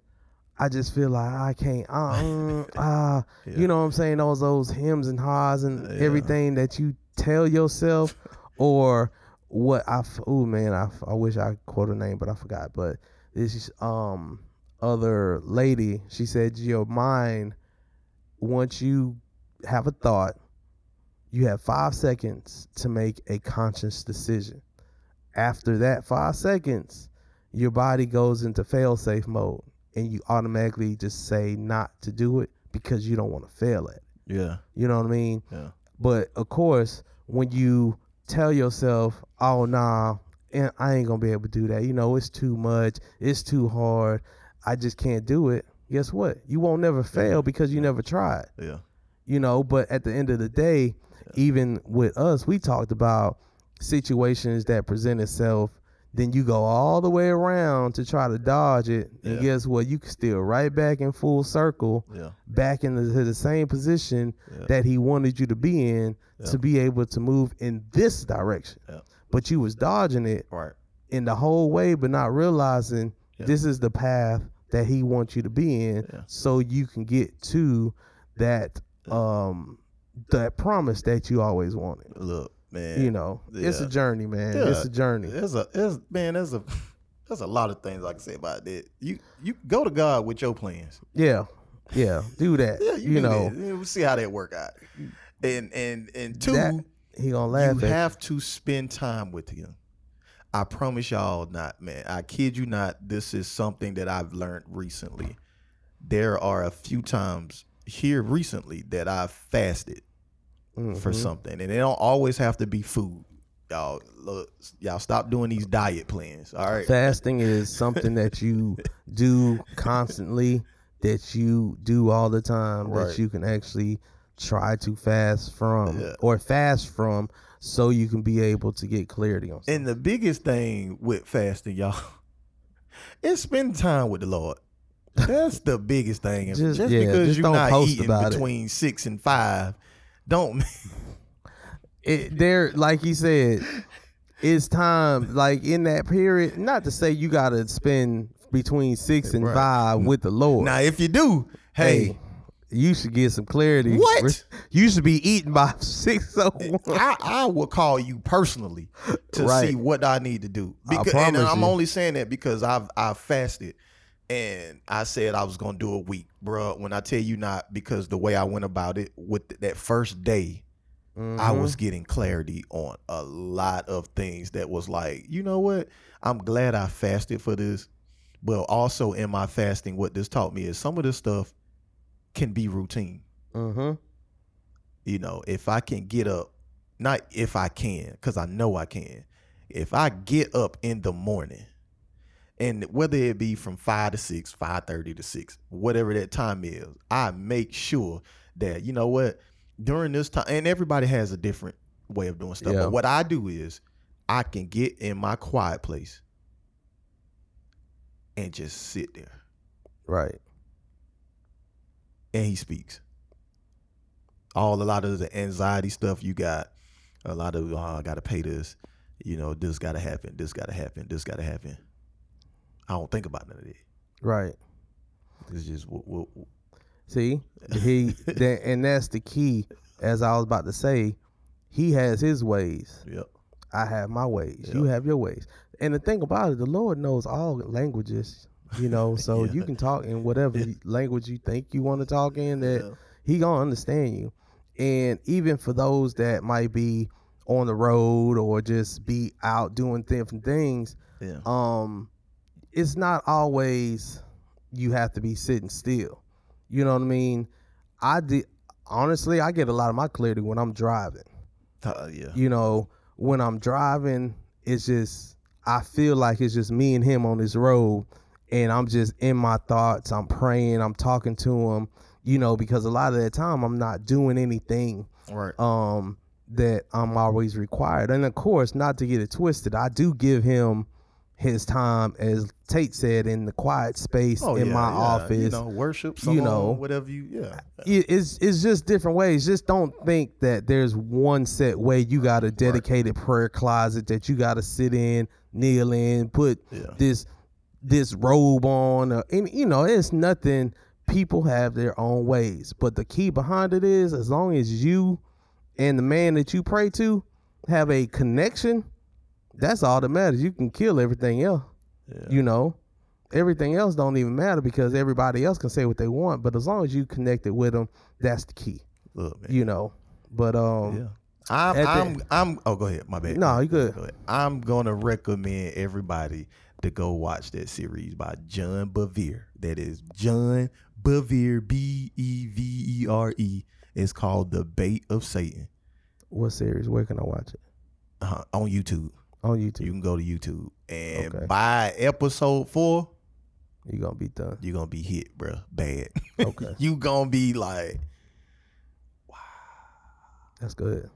[SPEAKER 1] I just feel like I can't. Ah, mm, ah.
[SPEAKER 2] Yeah.
[SPEAKER 1] you know what I'm saying? Those those hymns and ha's and
[SPEAKER 2] Yeah.
[SPEAKER 1] everything that you tell yourself, or what I. Oh man, I, f- I wish I quote her name, but I forgot. But this is, um other lady, she said your mind. Once you have a thought, you have five seconds to make a conscious decision. After that five seconds, your body goes into fail safe mode and you automatically just say not to do it because you don't want to fail at it.
[SPEAKER 2] yeah.
[SPEAKER 1] You know what I mean?
[SPEAKER 2] Yeah.
[SPEAKER 1] But of course, when you tell yourself, oh, nah, and I ain't going to be able to do that, you know, it's too much, it's too hard, I just can't do it. Guess what? You won't never fail because you never tried
[SPEAKER 2] Yeah.
[SPEAKER 1] you know but at the end of the day even with us we talked about situations that present itself then you go all the way around to try to dodge it and
[SPEAKER 2] Yeah.
[SPEAKER 1] guess what you can still right back in full circle
[SPEAKER 2] Yeah.
[SPEAKER 1] back into the, the same position
[SPEAKER 2] Yeah.
[SPEAKER 1] that he wanted you to be in
[SPEAKER 2] Yeah.
[SPEAKER 1] to be able to move in this direction
[SPEAKER 2] Yeah.
[SPEAKER 1] but you was dodging it
[SPEAKER 2] Right.
[SPEAKER 1] in the whole way, but not realizing
[SPEAKER 2] Yeah.
[SPEAKER 1] this is the path that he wants you to be in,
[SPEAKER 2] Yeah.
[SPEAKER 1] so you can get to that um that promise that you always wanted.
[SPEAKER 2] Look, man.
[SPEAKER 1] You know, it's a
[SPEAKER 2] Yeah.
[SPEAKER 1] journey, man. It's a
[SPEAKER 2] Yeah.
[SPEAKER 1] journey.
[SPEAKER 2] There's a there's man, there's a there's a lot of things I can say about that. You you go to God with your plans.
[SPEAKER 1] Yeah, yeah. Do that.
[SPEAKER 2] Yeah,
[SPEAKER 1] you
[SPEAKER 2] you, do
[SPEAKER 1] know,
[SPEAKER 2] that. We'll see how that work out. And and and two,
[SPEAKER 1] That- he gonna laugh
[SPEAKER 2] you
[SPEAKER 1] at.
[SPEAKER 2] have to spend time with him. I promise y'all not, man. I kid you not, this is something that I've learned recently. There are a few times here recently that I've fasted for
[SPEAKER 1] Mhm.
[SPEAKER 2] something, and they don't always have to be food. Y'all, look, y'all stop doing these diet plans. All right,
[SPEAKER 1] Fasting is something that you do constantly, that you do all the time,
[SPEAKER 2] Right.
[SPEAKER 1] that you can actually try to fast from
[SPEAKER 2] Yeah.
[SPEAKER 1] or fast from so you can be able to get clarity on something.
[SPEAKER 2] And the biggest thing with fasting, y'all, is spend time with the Lord. That's the biggest thing. And
[SPEAKER 1] Just-
[SPEAKER 2] Just,
[SPEAKER 1] yeah,
[SPEAKER 2] because
[SPEAKER 1] just
[SPEAKER 2] you're
[SPEAKER 1] don't
[SPEAKER 2] not
[SPEAKER 1] post
[SPEAKER 2] eating
[SPEAKER 1] about it.
[SPEAKER 2] between six and five, don't
[SPEAKER 1] It, there, like he said, it's time, like in that period, not to say you got to spend between six and
[SPEAKER 2] Right.
[SPEAKER 1] five with the Lord.
[SPEAKER 2] now if you do, hey,
[SPEAKER 1] you should get some clarity.
[SPEAKER 2] What?
[SPEAKER 1] You should be eating by 601.
[SPEAKER 2] I, I will call you personally to
[SPEAKER 1] Right.
[SPEAKER 2] see what I need to do.
[SPEAKER 1] I
[SPEAKER 2] Because, and
[SPEAKER 1] promise
[SPEAKER 2] I'm
[SPEAKER 1] you.
[SPEAKER 2] only saying that because I've I've fasted and I said I was gonna do a week, bruh. When I tell you not, because the way I went about it with th- that first day, I
[SPEAKER 1] Mhm.
[SPEAKER 2] was getting clarity on a lot of things that was like, you know what? I'm glad I fasted for this, but also in my fasting, what this taught me is some of this stuff can be routine.
[SPEAKER 1] Mhm.
[SPEAKER 2] You know, if I can get up, not if I can, because I know I can. If I get up in the morning, and whether it be from five to six, five thirty to six, whatever that time is, I make sure that you know what during this time. And everybody has a different way of doing stuff.
[SPEAKER 1] Yeah.
[SPEAKER 2] But what I do is, I can get in my quiet place and just sit there,
[SPEAKER 1] Right.
[SPEAKER 2] and he speaks. all a lot of the anxiety stuff you got a lot of oh, i gotta pay this you know this gotta happen this gotta happen this gotta happen i don't think about none of that
[SPEAKER 1] Right.
[SPEAKER 2] it's just what, what,
[SPEAKER 1] See, he that, and that's the key. As I was about to say, he has his ways.
[SPEAKER 2] yep
[SPEAKER 1] I have my ways. You have your ways. And the thing about it, the Lord knows all languages. You know, so
[SPEAKER 2] Yeah.
[SPEAKER 1] you can talk in whatever
[SPEAKER 2] Yeah.
[SPEAKER 1] language you think you want to talk in. That
[SPEAKER 2] Yeah.
[SPEAKER 1] he gonna understand you. And even for those that might be on the road or just be out doing different things,
[SPEAKER 2] yeah
[SPEAKER 1] um it's not always you have to be sitting still you know what i mean i did honestly i get a lot of my clarity when i'm driving
[SPEAKER 2] Uh, yeah
[SPEAKER 1] you know when i'm driving it's just i feel like it's just me and him on this road and i'm just in my thoughts i'm praying i'm talking to him you know because a lot of that time i'm not doing anything
[SPEAKER 2] right
[SPEAKER 1] um that I'm always required. And of course, not to get it twisted, I do give him his time as Tate said in the quiet space in my office.
[SPEAKER 2] Oh, you know worship
[SPEAKER 1] you
[SPEAKER 2] someone,
[SPEAKER 1] know.
[SPEAKER 2] whatever you yeah
[SPEAKER 1] It- it's it's just different ways. Just don't think that there's one set way. You got a dedicated prayer closet that you got to sit in, kneel in, put
[SPEAKER 2] Yeah.
[SPEAKER 1] this this robe on, or any, you know, it's nothing. People have their own ways, but the key behind it is as long as you and the man that you pray to have a connection, that's all that matters. You can kill everything else.
[SPEAKER 2] Yeah.
[SPEAKER 1] You know, everything else don't even matter because everybody else can say what they want. But as long as you connected with them, that's the key.
[SPEAKER 2] look man
[SPEAKER 1] You know. But um,
[SPEAKER 2] yeah I'm,
[SPEAKER 1] At the-
[SPEAKER 2] I'm, I'm, oh, go ahead. My bad.
[SPEAKER 1] No, you good.
[SPEAKER 2] Go ahead. I'm going to recommend everybody to go watch that series by John Bevere. That is John Bevere, B E V E R E. It's called The Bait of Satan
[SPEAKER 1] what series? Where can I watch it?
[SPEAKER 2] uh, on YouTube.
[SPEAKER 1] On YouTube.
[SPEAKER 2] You can go to YouTube. And
[SPEAKER 1] Okay.
[SPEAKER 2] by episode four,
[SPEAKER 1] You're gonna be done.
[SPEAKER 2] you're going to be hit, bruh. Bad.
[SPEAKER 1] Okay.
[SPEAKER 2] you going to be like,
[SPEAKER 1] That's good.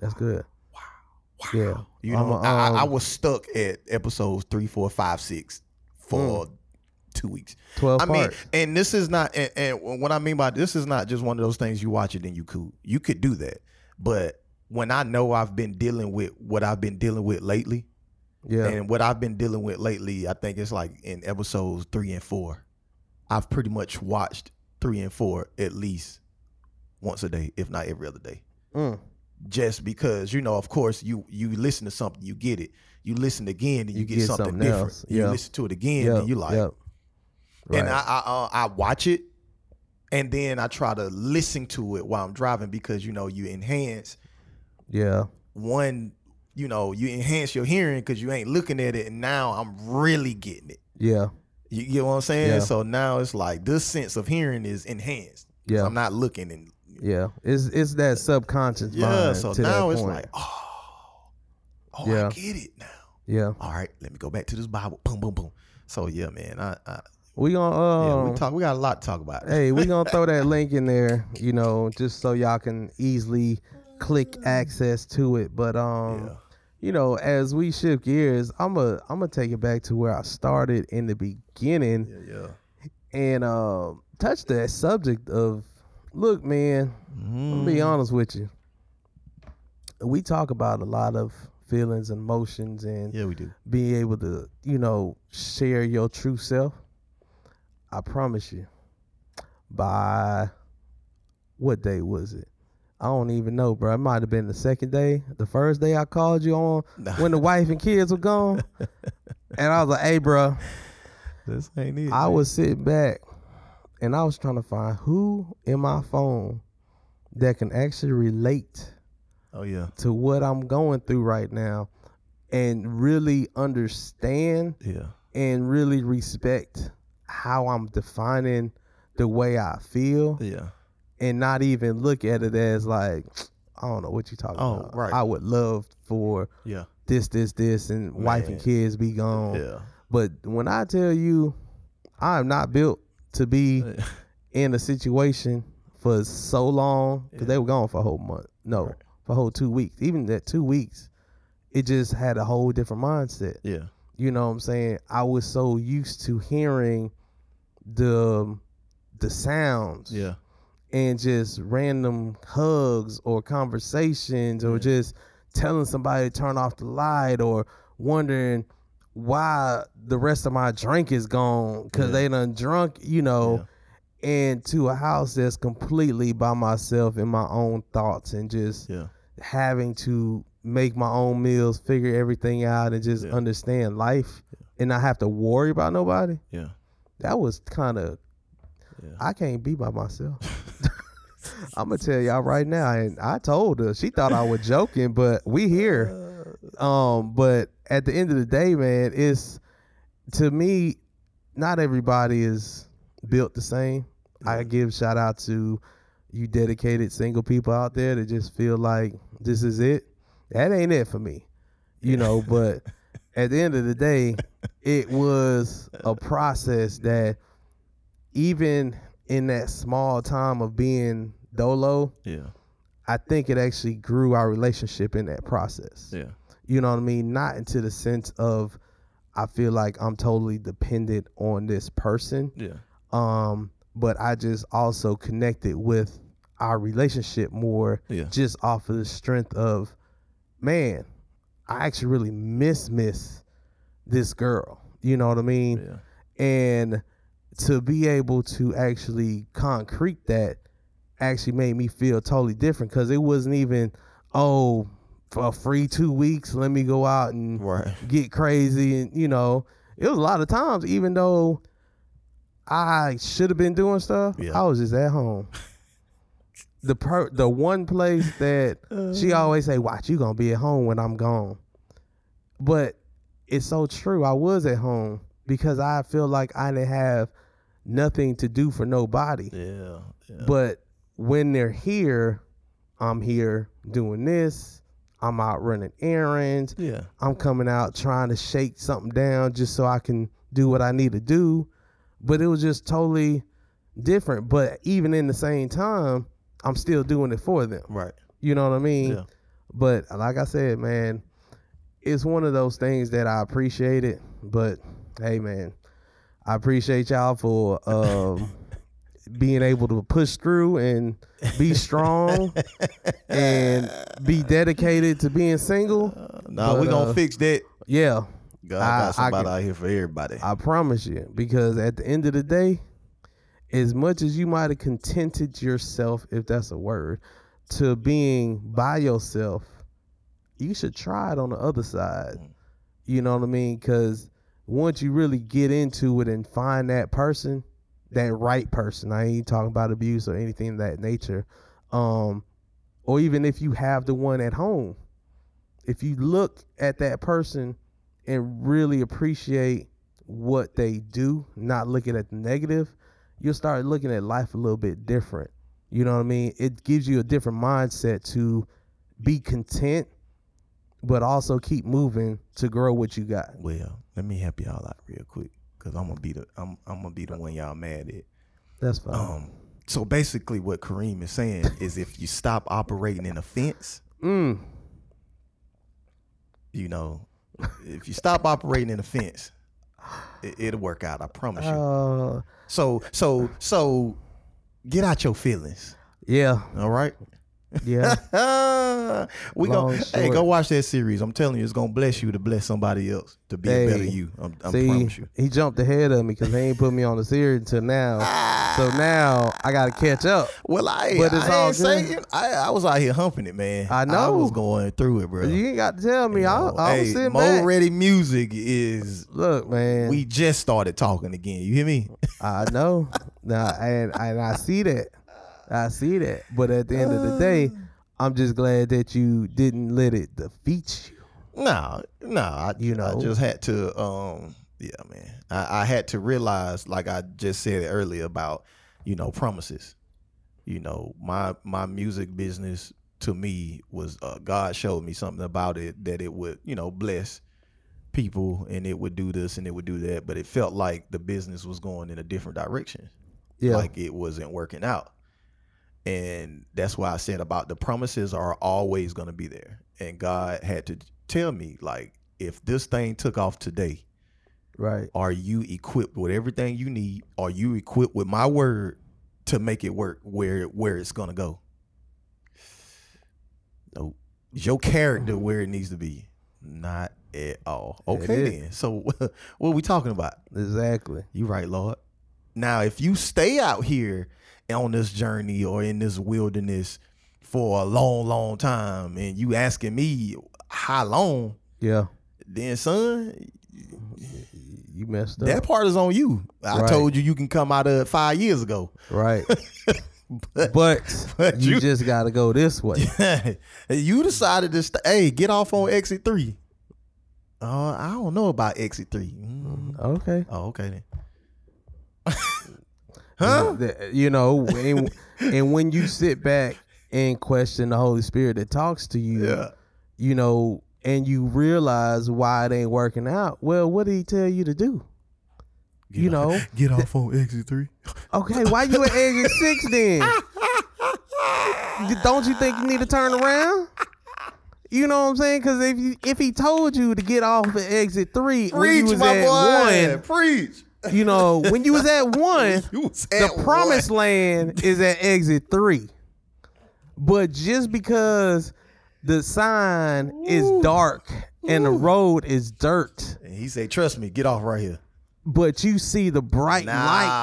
[SPEAKER 1] That's good.
[SPEAKER 2] wow.
[SPEAKER 1] Yeah.
[SPEAKER 2] You
[SPEAKER 1] I'm
[SPEAKER 2] know,
[SPEAKER 1] a,
[SPEAKER 2] I I, I
[SPEAKER 1] um,
[SPEAKER 2] was stuck at episodes three, four, five, six for
[SPEAKER 1] Hmm.
[SPEAKER 2] two weeks.
[SPEAKER 1] Twelve
[SPEAKER 2] I mean,
[SPEAKER 1] parts.
[SPEAKER 2] and this is not, and, and what I mean by this is not just one of those things you watch it and you cool. You could do that, but when I know I've been dealing with what I've been dealing with lately,
[SPEAKER 1] yeah.
[SPEAKER 2] and what I've been dealing with lately, I think it's like in episodes three and four, I've pretty much watched three and four at least once a day, if not every other day
[SPEAKER 1] Mm.
[SPEAKER 2] just because you know of course you you listen to something you get it you listen again and you,
[SPEAKER 1] You
[SPEAKER 2] get,
[SPEAKER 1] get
[SPEAKER 2] something,
[SPEAKER 1] something
[SPEAKER 2] different
[SPEAKER 1] else,
[SPEAKER 2] you
[SPEAKER 1] yeah.
[SPEAKER 2] listen to it again
[SPEAKER 1] Yep,
[SPEAKER 2] and you like
[SPEAKER 1] yep. Right.
[SPEAKER 2] and i I, uh, I watch it and then i try to listen to it while i'm driving because you know you enhance
[SPEAKER 1] yeah.
[SPEAKER 2] one you know you enhance your hearing because you ain't looking at it and now i'm really getting it
[SPEAKER 1] Yeah.
[SPEAKER 2] you get what i'm saying
[SPEAKER 1] Yeah.
[SPEAKER 2] so now it's like this sense of hearing is enhanced 'Cause
[SPEAKER 1] Yeah.
[SPEAKER 2] i'm not looking and
[SPEAKER 1] Yeah. It's it's that subconscious
[SPEAKER 2] yeah
[SPEAKER 1] mind
[SPEAKER 2] so
[SPEAKER 1] to
[SPEAKER 2] now
[SPEAKER 1] that
[SPEAKER 2] it's
[SPEAKER 1] point.
[SPEAKER 2] like oh oh i
[SPEAKER 1] Yeah.
[SPEAKER 2] get it now
[SPEAKER 1] yeah.
[SPEAKER 2] all right, let me go back to this Bible. Boom, boom, boom. So yeah, man. I, I
[SPEAKER 1] We gonna
[SPEAKER 2] yeah,
[SPEAKER 1] uh
[SPEAKER 2] we talk. We got a lot to talk about.
[SPEAKER 1] hey, we gonna throw that link in there, you know, just so y'all can easily click access to it. But um,
[SPEAKER 2] Yeah.
[SPEAKER 1] you know, as we shift gears, I'm a I'm gonna take it back to where I started in the beginning
[SPEAKER 2] yeah, yeah.
[SPEAKER 1] and um touch that subject of look, man. I'm
[SPEAKER 2] Mm.
[SPEAKER 1] gonna be honest with you. We talk about a lot of feelings and emotions and
[SPEAKER 2] Yeah, we do.
[SPEAKER 1] being able to, you know, share your true self, I promise you, by what day was it? I don't even know, bro. It might have been the second day, the first day I called you on
[SPEAKER 2] Nah.
[SPEAKER 1] when the wife and kids were gone. and I was like, hey, bro,
[SPEAKER 2] This ain't it.
[SPEAKER 1] I was sitting back and I was trying to find who in my phone that can actually relate
[SPEAKER 2] oh yeah,
[SPEAKER 1] to what I'm going through right now and really understand
[SPEAKER 2] yeah,
[SPEAKER 1] and really respect how I'm defining the way I feel
[SPEAKER 2] yeah.
[SPEAKER 1] and not even look at it as like, I don't know what you're talking
[SPEAKER 2] Oh,
[SPEAKER 1] about.
[SPEAKER 2] right.
[SPEAKER 1] I would love for
[SPEAKER 2] Yeah.
[SPEAKER 1] this, this, this, and wife and
[SPEAKER 2] Man.
[SPEAKER 1] kids be gone.
[SPEAKER 2] Yeah.
[SPEAKER 1] But when I tell you, I am not built to be in a situation for so long because
[SPEAKER 2] Yeah.
[SPEAKER 1] they were gone for a whole month. No,
[SPEAKER 2] Right.
[SPEAKER 1] for a whole two weeks. Even that two weeks, it just had a whole different mindset.
[SPEAKER 2] Yeah.
[SPEAKER 1] You know what I'm saying? I was so used to hearing the the sounds
[SPEAKER 2] Yeah.
[SPEAKER 1] and just random hugs or conversations or
[SPEAKER 2] Yeah.
[SPEAKER 1] just telling somebody to turn off the light or wondering why the rest of my drink is gone because
[SPEAKER 2] Yeah.
[SPEAKER 1] they done drunk, you know, and to a house that's completely by myself in my own thoughts and just
[SPEAKER 2] Yeah.
[SPEAKER 1] having to make my own meals, figure everything out, and just
[SPEAKER 2] Yeah.
[SPEAKER 1] understand life and not have to worry about nobody.
[SPEAKER 2] Yeah.
[SPEAKER 1] That was kind of
[SPEAKER 2] Yeah.
[SPEAKER 1] I can't be by myself. I'm gonna tell y'all right now, and I told her she thought I was joking, but we here.
[SPEAKER 2] Uh,
[SPEAKER 1] Um, but at the end of the day, man, it's to me, not everybody is built the same. I give shout out to you dedicated single people out there that just feel like this is it. That ain't it for me, you know. But at the end of the day, it was a process that even in that small time of being dolo,
[SPEAKER 2] Yeah.
[SPEAKER 1] I think it actually grew our relationship in that process.
[SPEAKER 2] Yeah.
[SPEAKER 1] You know what I mean? Not into the sense of I feel like I'm totally dependent on this person.
[SPEAKER 2] Yeah.
[SPEAKER 1] Um, but I just also connected with our relationship more
[SPEAKER 2] Yeah.
[SPEAKER 1] just off of the strength of man, I actually really miss miss this girl. You know what I mean?
[SPEAKER 2] Yeah.
[SPEAKER 1] and to be able to actually concrete that actually made me feel totally different because it wasn't even oh for a free two weeks let me go out and
[SPEAKER 2] Right.
[SPEAKER 1] get crazy and you know it was a lot of times even though i should have been doing stuff
[SPEAKER 2] Yeah.
[SPEAKER 1] i was just at home the per the one place that
[SPEAKER 2] Uh,
[SPEAKER 1] she always say watch you gonna be at home when i'm gone but it's so true i was at home because i feel like i didn't have nothing to do for nobody
[SPEAKER 2] Yeah. Yeah.
[SPEAKER 1] but when they're here i'm here doing this i'm out running errands
[SPEAKER 2] Yeah.
[SPEAKER 1] I'm coming out trying to shake something down just so I can do what I need to do. But it was just totally different. But even in the same time, I'm still doing it for them.
[SPEAKER 2] Right.
[SPEAKER 1] You know what I mean?
[SPEAKER 2] Yeah.
[SPEAKER 1] But like I said, man, it's one of those things that I appreciate it. But hey, man, I appreciate y'all for um, being able to push through and be strong and be dedicated to being single.
[SPEAKER 2] Uh, nah, we
[SPEAKER 1] But,
[SPEAKER 2] gonna
[SPEAKER 1] uh,
[SPEAKER 2] fix that.
[SPEAKER 1] Yeah. I-
[SPEAKER 2] God
[SPEAKER 1] I
[SPEAKER 2] got somebody
[SPEAKER 1] can-
[SPEAKER 2] out here for everybody.
[SPEAKER 1] I promise you, because at the end of the day, as much as you might have contented yourself, if that's a word, to being by yourself, you should try it on the other side. You know what I mean? Because once you really get into it and find that person, that right person, I ain't talking about abuse or anything of that nature, um, or even if you have the one at home, if you look at that person and really appreciate what they do, not looking at the negative, you'll start looking at life a little bit different. You know what I mean? It gives you a different mindset to be content, but also keep moving to grow what you got.
[SPEAKER 2] Well, let me help y'all out real quick, cause I'm gonna be the I'm I'm gonna be the one y'all mad at.
[SPEAKER 1] That's fine.
[SPEAKER 2] Um, so basically, what Kareem is saying is, if you stop operating in offense,
[SPEAKER 1] Mm,
[SPEAKER 2] you know, if you stop operating in offense, it, it'll work out. I promise you.
[SPEAKER 1] uh,
[SPEAKER 2] So so so, get out your feelings.
[SPEAKER 1] yeah,
[SPEAKER 2] All right.
[SPEAKER 1] Yeah.
[SPEAKER 2] we
[SPEAKER 1] Long
[SPEAKER 2] go. Hey,
[SPEAKER 1] short.
[SPEAKER 2] go watch that series. I'm telling you, it's gonna bless you to bless somebody else to be a better
[SPEAKER 1] Hey,
[SPEAKER 2] you. I'm, I
[SPEAKER 1] See,
[SPEAKER 2] promise you.
[SPEAKER 1] he jumped ahead of me because he ain't put me on the series until now. so now I got to catch up.
[SPEAKER 2] Ah, Well, I,
[SPEAKER 1] But
[SPEAKER 2] but
[SPEAKER 1] it's
[SPEAKER 2] it's
[SPEAKER 1] all
[SPEAKER 2] I ain't
[SPEAKER 1] good.
[SPEAKER 2] saying I, I was out here humping it, man.
[SPEAKER 1] I know.
[SPEAKER 2] I was going through it, bro.
[SPEAKER 1] You ain't got to tell me. I,
[SPEAKER 2] know,
[SPEAKER 1] I was
[SPEAKER 2] hey,
[SPEAKER 1] sitting
[SPEAKER 2] Mo
[SPEAKER 1] back.
[SPEAKER 2] Ready Music is.
[SPEAKER 1] Look, man.
[SPEAKER 2] We just started talking again. You hear me?
[SPEAKER 1] I know. Nah, and and I see that. I see that. But at the end of the day,
[SPEAKER 2] Uh. Ah.
[SPEAKER 1] I'm just glad that you didn't let it defeat you.
[SPEAKER 2] No, no, I,
[SPEAKER 1] You
[SPEAKER 2] you
[SPEAKER 1] know.
[SPEAKER 2] know, I just had to, um, yeah, man, I, I had to realize, like I just said earlier about, you know, promises. You know, my my music business to me was uh, God showed me something about it that it would, you know, bless people and it would do this and it would do that, but it felt like the business was going in a different direction
[SPEAKER 1] Yeah.
[SPEAKER 2] like it wasn't working out. And that's why I said about the promises are always going to be there. And God had to tell me, like, if this thing took off today,
[SPEAKER 1] right.
[SPEAKER 2] are you equipped with everything you need? Are you equipped with my word to make it work where where it's going to go? No. Is your character where it needs to be? Not at all.
[SPEAKER 1] It
[SPEAKER 2] Okay
[SPEAKER 1] Mm-hmm. is.
[SPEAKER 2] then. So what are we talking about?
[SPEAKER 1] Exactly.
[SPEAKER 2] You right, Lord. Now, if you stay out here on this journey or in this wilderness for a long, long time, and you asking me how long,
[SPEAKER 1] Yeah.
[SPEAKER 2] then son,
[SPEAKER 1] You messed up.
[SPEAKER 2] that part is on you. I
[SPEAKER 1] Right.
[SPEAKER 2] told you you can come out of it five years ago.
[SPEAKER 1] Right.
[SPEAKER 2] But
[SPEAKER 1] But,
[SPEAKER 2] But
[SPEAKER 1] you,
[SPEAKER 2] you-
[SPEAKER 1] just got to go this way.
[SPEAKER 2] you decided to st- hey get off on exit three. Uh, I don't know about exit three. Mm.
[SPEAKER 1] Okay.
[SPEAKER 2] Oh, okay then. huh?
[SPEAKER 1] Th- You know, and, and when you sit back and question the Holy Spirit that talks to you,
[SPEAKER 2] Yeah.
[SPEAKER 1] you know, and you realize why it ain't working out, well, what did he tell you to do? you
[SPEAKER 2] Get off-
[SPEAKER 1] know,
[SPEAKER 2] get off on exit three.
[SPEAKER 1] okay, why you at exit six then? You- Don't you think you need to turn around? You know what I'm saying? Because if you, if he told you to get off at exit three when you was at
[SPEAKER 2] Preach.
[SPEAKER 1] one, you know, when you was at one,
[SPEAKER 2] You was
[SPEAKER 1] the
[SPEAKER 2] at
[SPEAKER 1] promised
[SPEAKER 2] one.
[SPEAKER 1] land is at exit three. But just because the sign is dark and the road is dirt,
[SPEAKER 2] And he said, "Trust me, get off right here."
[SPEAKER 1] but you see the bright
[SPEAKER 2] Nah,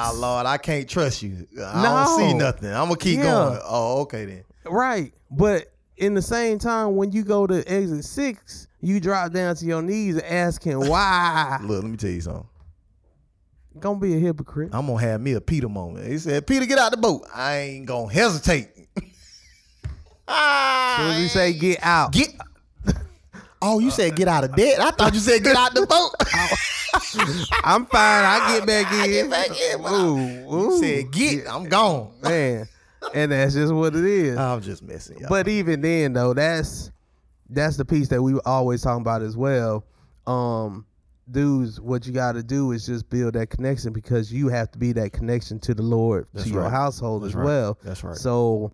[SPEAKER 1] lights,
[SPEAKER 2] Lord, I can't trust you. I
[SPEAKER 1] No.
[SPEAKER 2] don't see nothing. I'm gonna keep
[SPEAKER 1] Yeah.
[SPEAKER 2] going. Oh, okay then.
[SPEAKER 1] right? But in the same time, when you go to exit six, you drop down to your knees and ask him why.
[SPEAKER 2] Look, let me tell you something.
[SPEAKER 1] Gonna be a hypocrite.
[SPEAKER 2] I'm gonna have me a Peter moment. He said, "Peter, get out the boat. I ain't gonna hesitate."
[SPEAKER 1] So
[SPEAKER 2] ah,
[SPEAKER 1] as you say, get out.
[SPEAKER 2] get. Oh, you said get out of debt. I thought you said get out the boat.
[SPEAKER 1] I'm fine. I get back in.
[SPEAKER 2] get back in. but I-
[SPEAKER 1] Ooh,
[SPEAKER 2] You
[SPEAKER 1] ooh.
[SPEAKER 2] said get. I'm gone.
[SPEAKER 1] man, and that's just what it is.
[SPEAKER 2] I'm just messing. Y'all.
[SPEAKER 1] But even then, though, that's that's the piece that we were always talking about as well. Um, dudes, what you got to do is just build that connection because you have to be that connection to the Lord,
[SPEAKER 2] That's
[SPEAKER 1] to your
[SPEAKER 2] right.
[SPEAKER 1] household
[SPEAKER 2] That's
[SPEAKER 1] as
[SPEAKER 2] right.
[SPEAKER 1] well.
[SPEAKER 2] That's right.
[SPEAKER 1] So,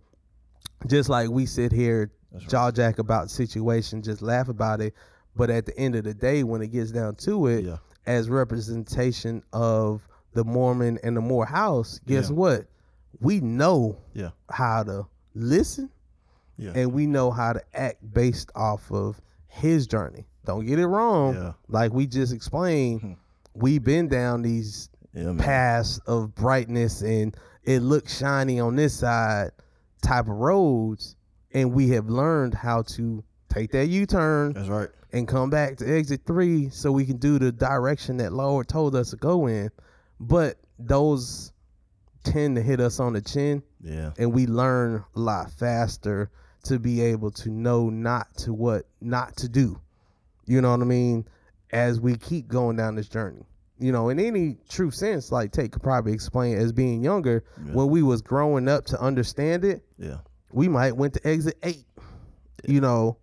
[SPEAKER 1] just like we sit here
[SPEAKER 2] That's
[SPEAKER 1] jaw jack about situation, just laugh about it, but at the end of the day, when it gets down to it,
[SPEAKER 2] Yeah.
[SPEAKER 1] as representation of the Mormon and the Moore house, guess
[SPEAKER 2] Yeah.
[SPEAKER 1] what? We know
[SPEAKER 2] yeah.
[SPEAKER 1] how to listen
[SPEAKER 2] Yeah.
[SPEAKER 1] and we know how to act based off of his journey. Don't get it wrong.
[SPEAKER 2] Yeah.
[SPEAKER 1] Like we just explained,
[SPEAKER 2] Hmm.
[SPEAKER 1] we've been down these
[SPEAKER 2] Yeah, man.
[SPEAKER 1] paths of brightness and it looks shiny on this side type of roads, and we have learned how to take that U turn
[SPEAKER 2] That's right.
[SPEAKER 1] and come back to exit three so we can do the direction that Lord told us to go in. But those tend to hit us on the chin
[SPEAKER 2] Yeah.
[SPEAKER 1] and we learn a lot faster to be able to know not to what not to do. You know what I mean? As we keep going down this journey. You know, in any true sense, like Tate could probably explain as being younger,
[SPEAKER 2] Yeah.
[SPEAKER 1] when we was growing up to understand it,
[SPEAKER 2] Yeah.
[SPEAKER 1] we might went to exit eight. You know,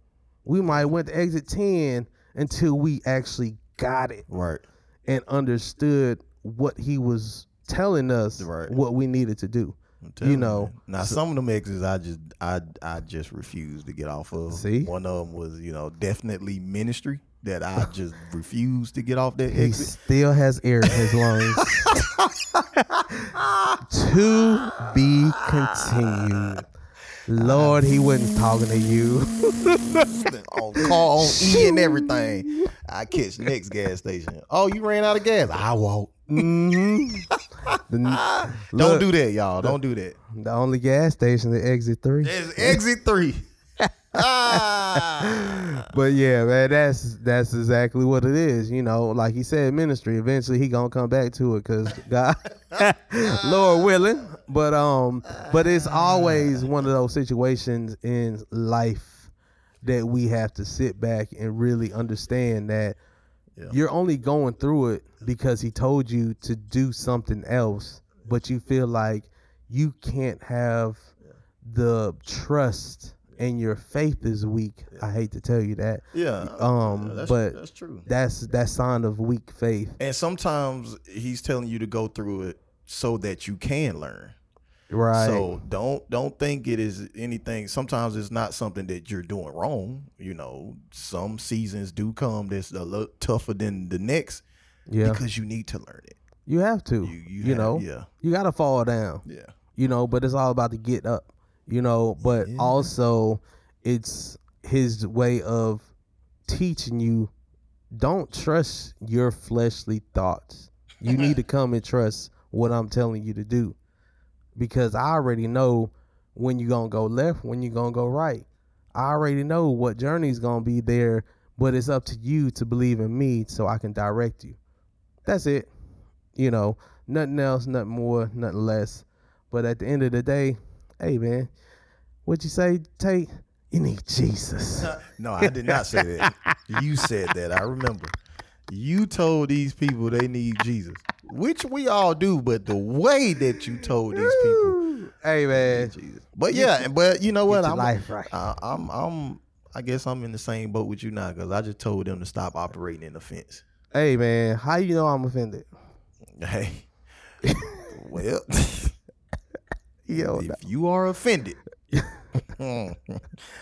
[SPEAKER 1] we might went to exit ten until we actually got it
[SPEAKER 2] Right.
[SPEAKER 1] and understood what he was telling us
[SPEAKER 2] Right.
[SPEAKER 1] what we needed to do.
[SPEAKER 2] I'm telling
[SPEAKER 1] know,
[SPEAKER 2] man. Now some of them exes I just I I just refuse to get off of.
[SPEAKER 1] See?
[SPEAKER 2] One of them was, you know, definitely ministry that I just refuse to get off that
[SPEAKER 1] He
[SPEAKER 2] exit.
[SPEAKER 1] still has air in his lungs. to be continued. Lord, he wasn't talking to you.
[SPEAKER 2] on call, on E, and everything. I catch next gas station. Oh, you ran out of gas. I walk.
[SPEAKER 1] Mhm. the,
[SPEAKER 2] Mm-hmm. Don't
[SPEAKER 1] Look.
[SPEAKER 2] do that, y'all. Don't do that.
[SPEAKER 1] the only gas station is exit three.
[SPEAKER 2] It's exit three. Ah.
[SPEAKER 1] But yeah, man, that's that's exactly what it is. You know, like he said, ministry. Eventually, he gonna come back to it, cause God, Lord willing. But um, but it's always one of those situations in life that we have to sit back and really understand that
[SPEAKER 2] Yeah.
[SPEAKER 1] you're only going through it because he told you to do something else, but you feel like you can't have the trust and your faith is weak. I hate to tell you that.
[SPEAKER 2] yeah.
[SPEAKER 1] Um,
[SPEAKER 2] Yeah, that's,
[SPEAKER 1] but-
[SPEAKER 2] that's true.
[SPEAKER 1] That's that sign of weak faith.
[SPEAKER 2] And sometimes he's telling you to go through it so that you can learn.
[SPEAKER 1] Right.
[SPEAKER 2] So don't don't think it is anything. Sometimes it's not something that you're doing wrong. You know, some seasons do come that's a lot tougher than the next
[SPEAKER 1] yeah.
[SPEAKER 2] because you need to learn it.
[SPEAKER 1] you have to.
[SPEAKER 2] You
[SPEAKER 1] You,
[SPEAKER 2] you, have-
[SPEAKER 1] know,
[SPEAKER 2] yeah
[SPEAKER 1] you got to fall down.
[SPEAKER 2] yeah
[SPEAKER 1] you know, but it's all about to get up, you know, but
[SPEAKER 2] Yeah.
[SPEAKER 1] also it's his way of teaching you don't trust your fleshly thoughts. You need to come and trust what I'm telling you to do because I already know when you're going to go left, when you're going to go right. I already know what journey's going to be there, but it's up to you to believe in me so I can direct you. That's it. You know, nothing else, nothing more, nothing less. But at the end of the day, hey man, what you say, Tate? You need Jesus.
[SPEAKER 2] No, I did not say that. you said that. I remember. You told these people they need Jesus, which we all do, but the way that you told these people,
[SPEAKER 1] hey man,
[SPEAKER 2] but yeah, and- but you know what?
[SPEAKER 1] your
[SPEAKER 2] I'm,
[SPEAKER 1] life right.
[SPEAKER 2] I, I'm, I'm, I guess I'm in the same boat with you now because I just told them to stop operating in offense.
[SPEAKER 1] hey man, how you know I'm offended?
[SPEAKER 2] Hey, well,
[SPEAKER 1] Yo,
[SPEAKER 2] if you are offended,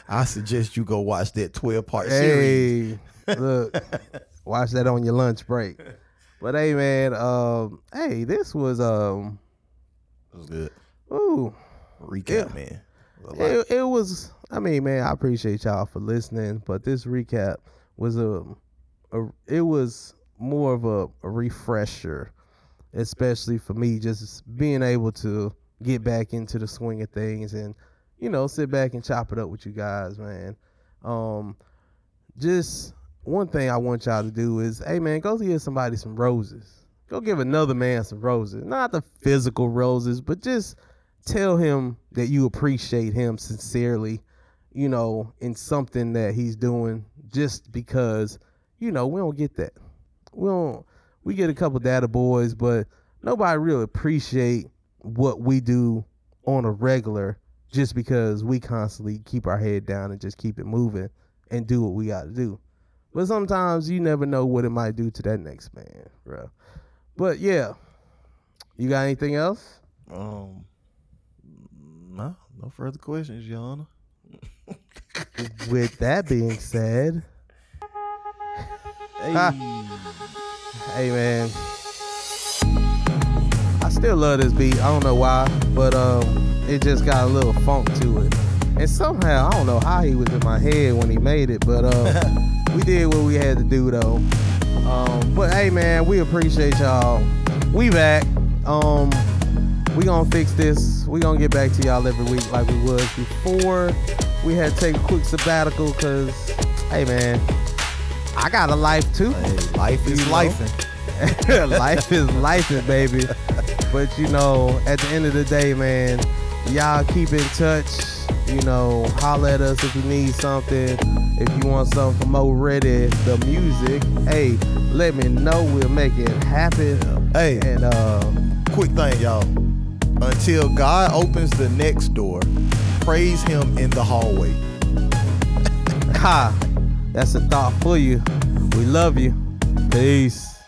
[SPEAKER 2] I suggest you go watch that 12 part series.
[SPEAKER 1] hey, look, watch that on your lunch break. But hey man, um, hey, this was um,
[SPEAKER 2] It was good.
[SPEAKER 1] ooh,
[SPEAKER 2] Recap, man. I like
[SPEAKER 1] it, it was. I mean, man, I appreciate y'all for listening, but this recap was a, a it was more of a, a refresher, especially for me, just being able to get back into the swing of things and you know sit back and chop it up with you guys, man. Um, just one thing I want y'all to do is, hey man, go give somebody some roses. Go give another man some roses, not the physical roses, but just tell him that you appreciate him sincerely, you know, in something that he's doing just because, you know, we don't get that. We don't we get a couple data boys, but nobody really appreciate what we do on a regular just because we constantly keep our head down and just keep it moving and do what we gotta do. But sometimes you never know what it might do to that next man, bro. But yeah. You got anything else?
[SPEAKER 2] Um, no, no further questions, Your Honor.
[SPEAKER 1] With that being said, hey man, I still love this beat. I don't know why, but um, it just got a little funk to it. And somehow I don't know how he was in my head when he made it, but um, we did what we had to do though. Um, but hey man, we appreciate y'all. We back. Um, we gonna fix this. We gonna get back to y'all every week like we was before. We had to take a quick sabbatical, cause hey man, I got a life too.
[SPEAKER 2] Hey, life
[SPEAKER 1] You
[SPEAKER 2] is
[SPEAKER 1] know?
[SPEAKER 2] life.
[SPEAKER 1] life is life, baby. But you know, at the end of the day, man, y'all keep in touch. You know, holler at us if you need something. If you want something from already the music, hey, let me know. We'll make it happen.
[SPEAKER 2] Hey,
[SPEAKER 1] And uh,
[SPEAKER 2] quick thing, y'all. Until God opens the next door, praise Him in the hallway.
[SPEAKER 1] ha, that's a thought for you. We love you. Peace.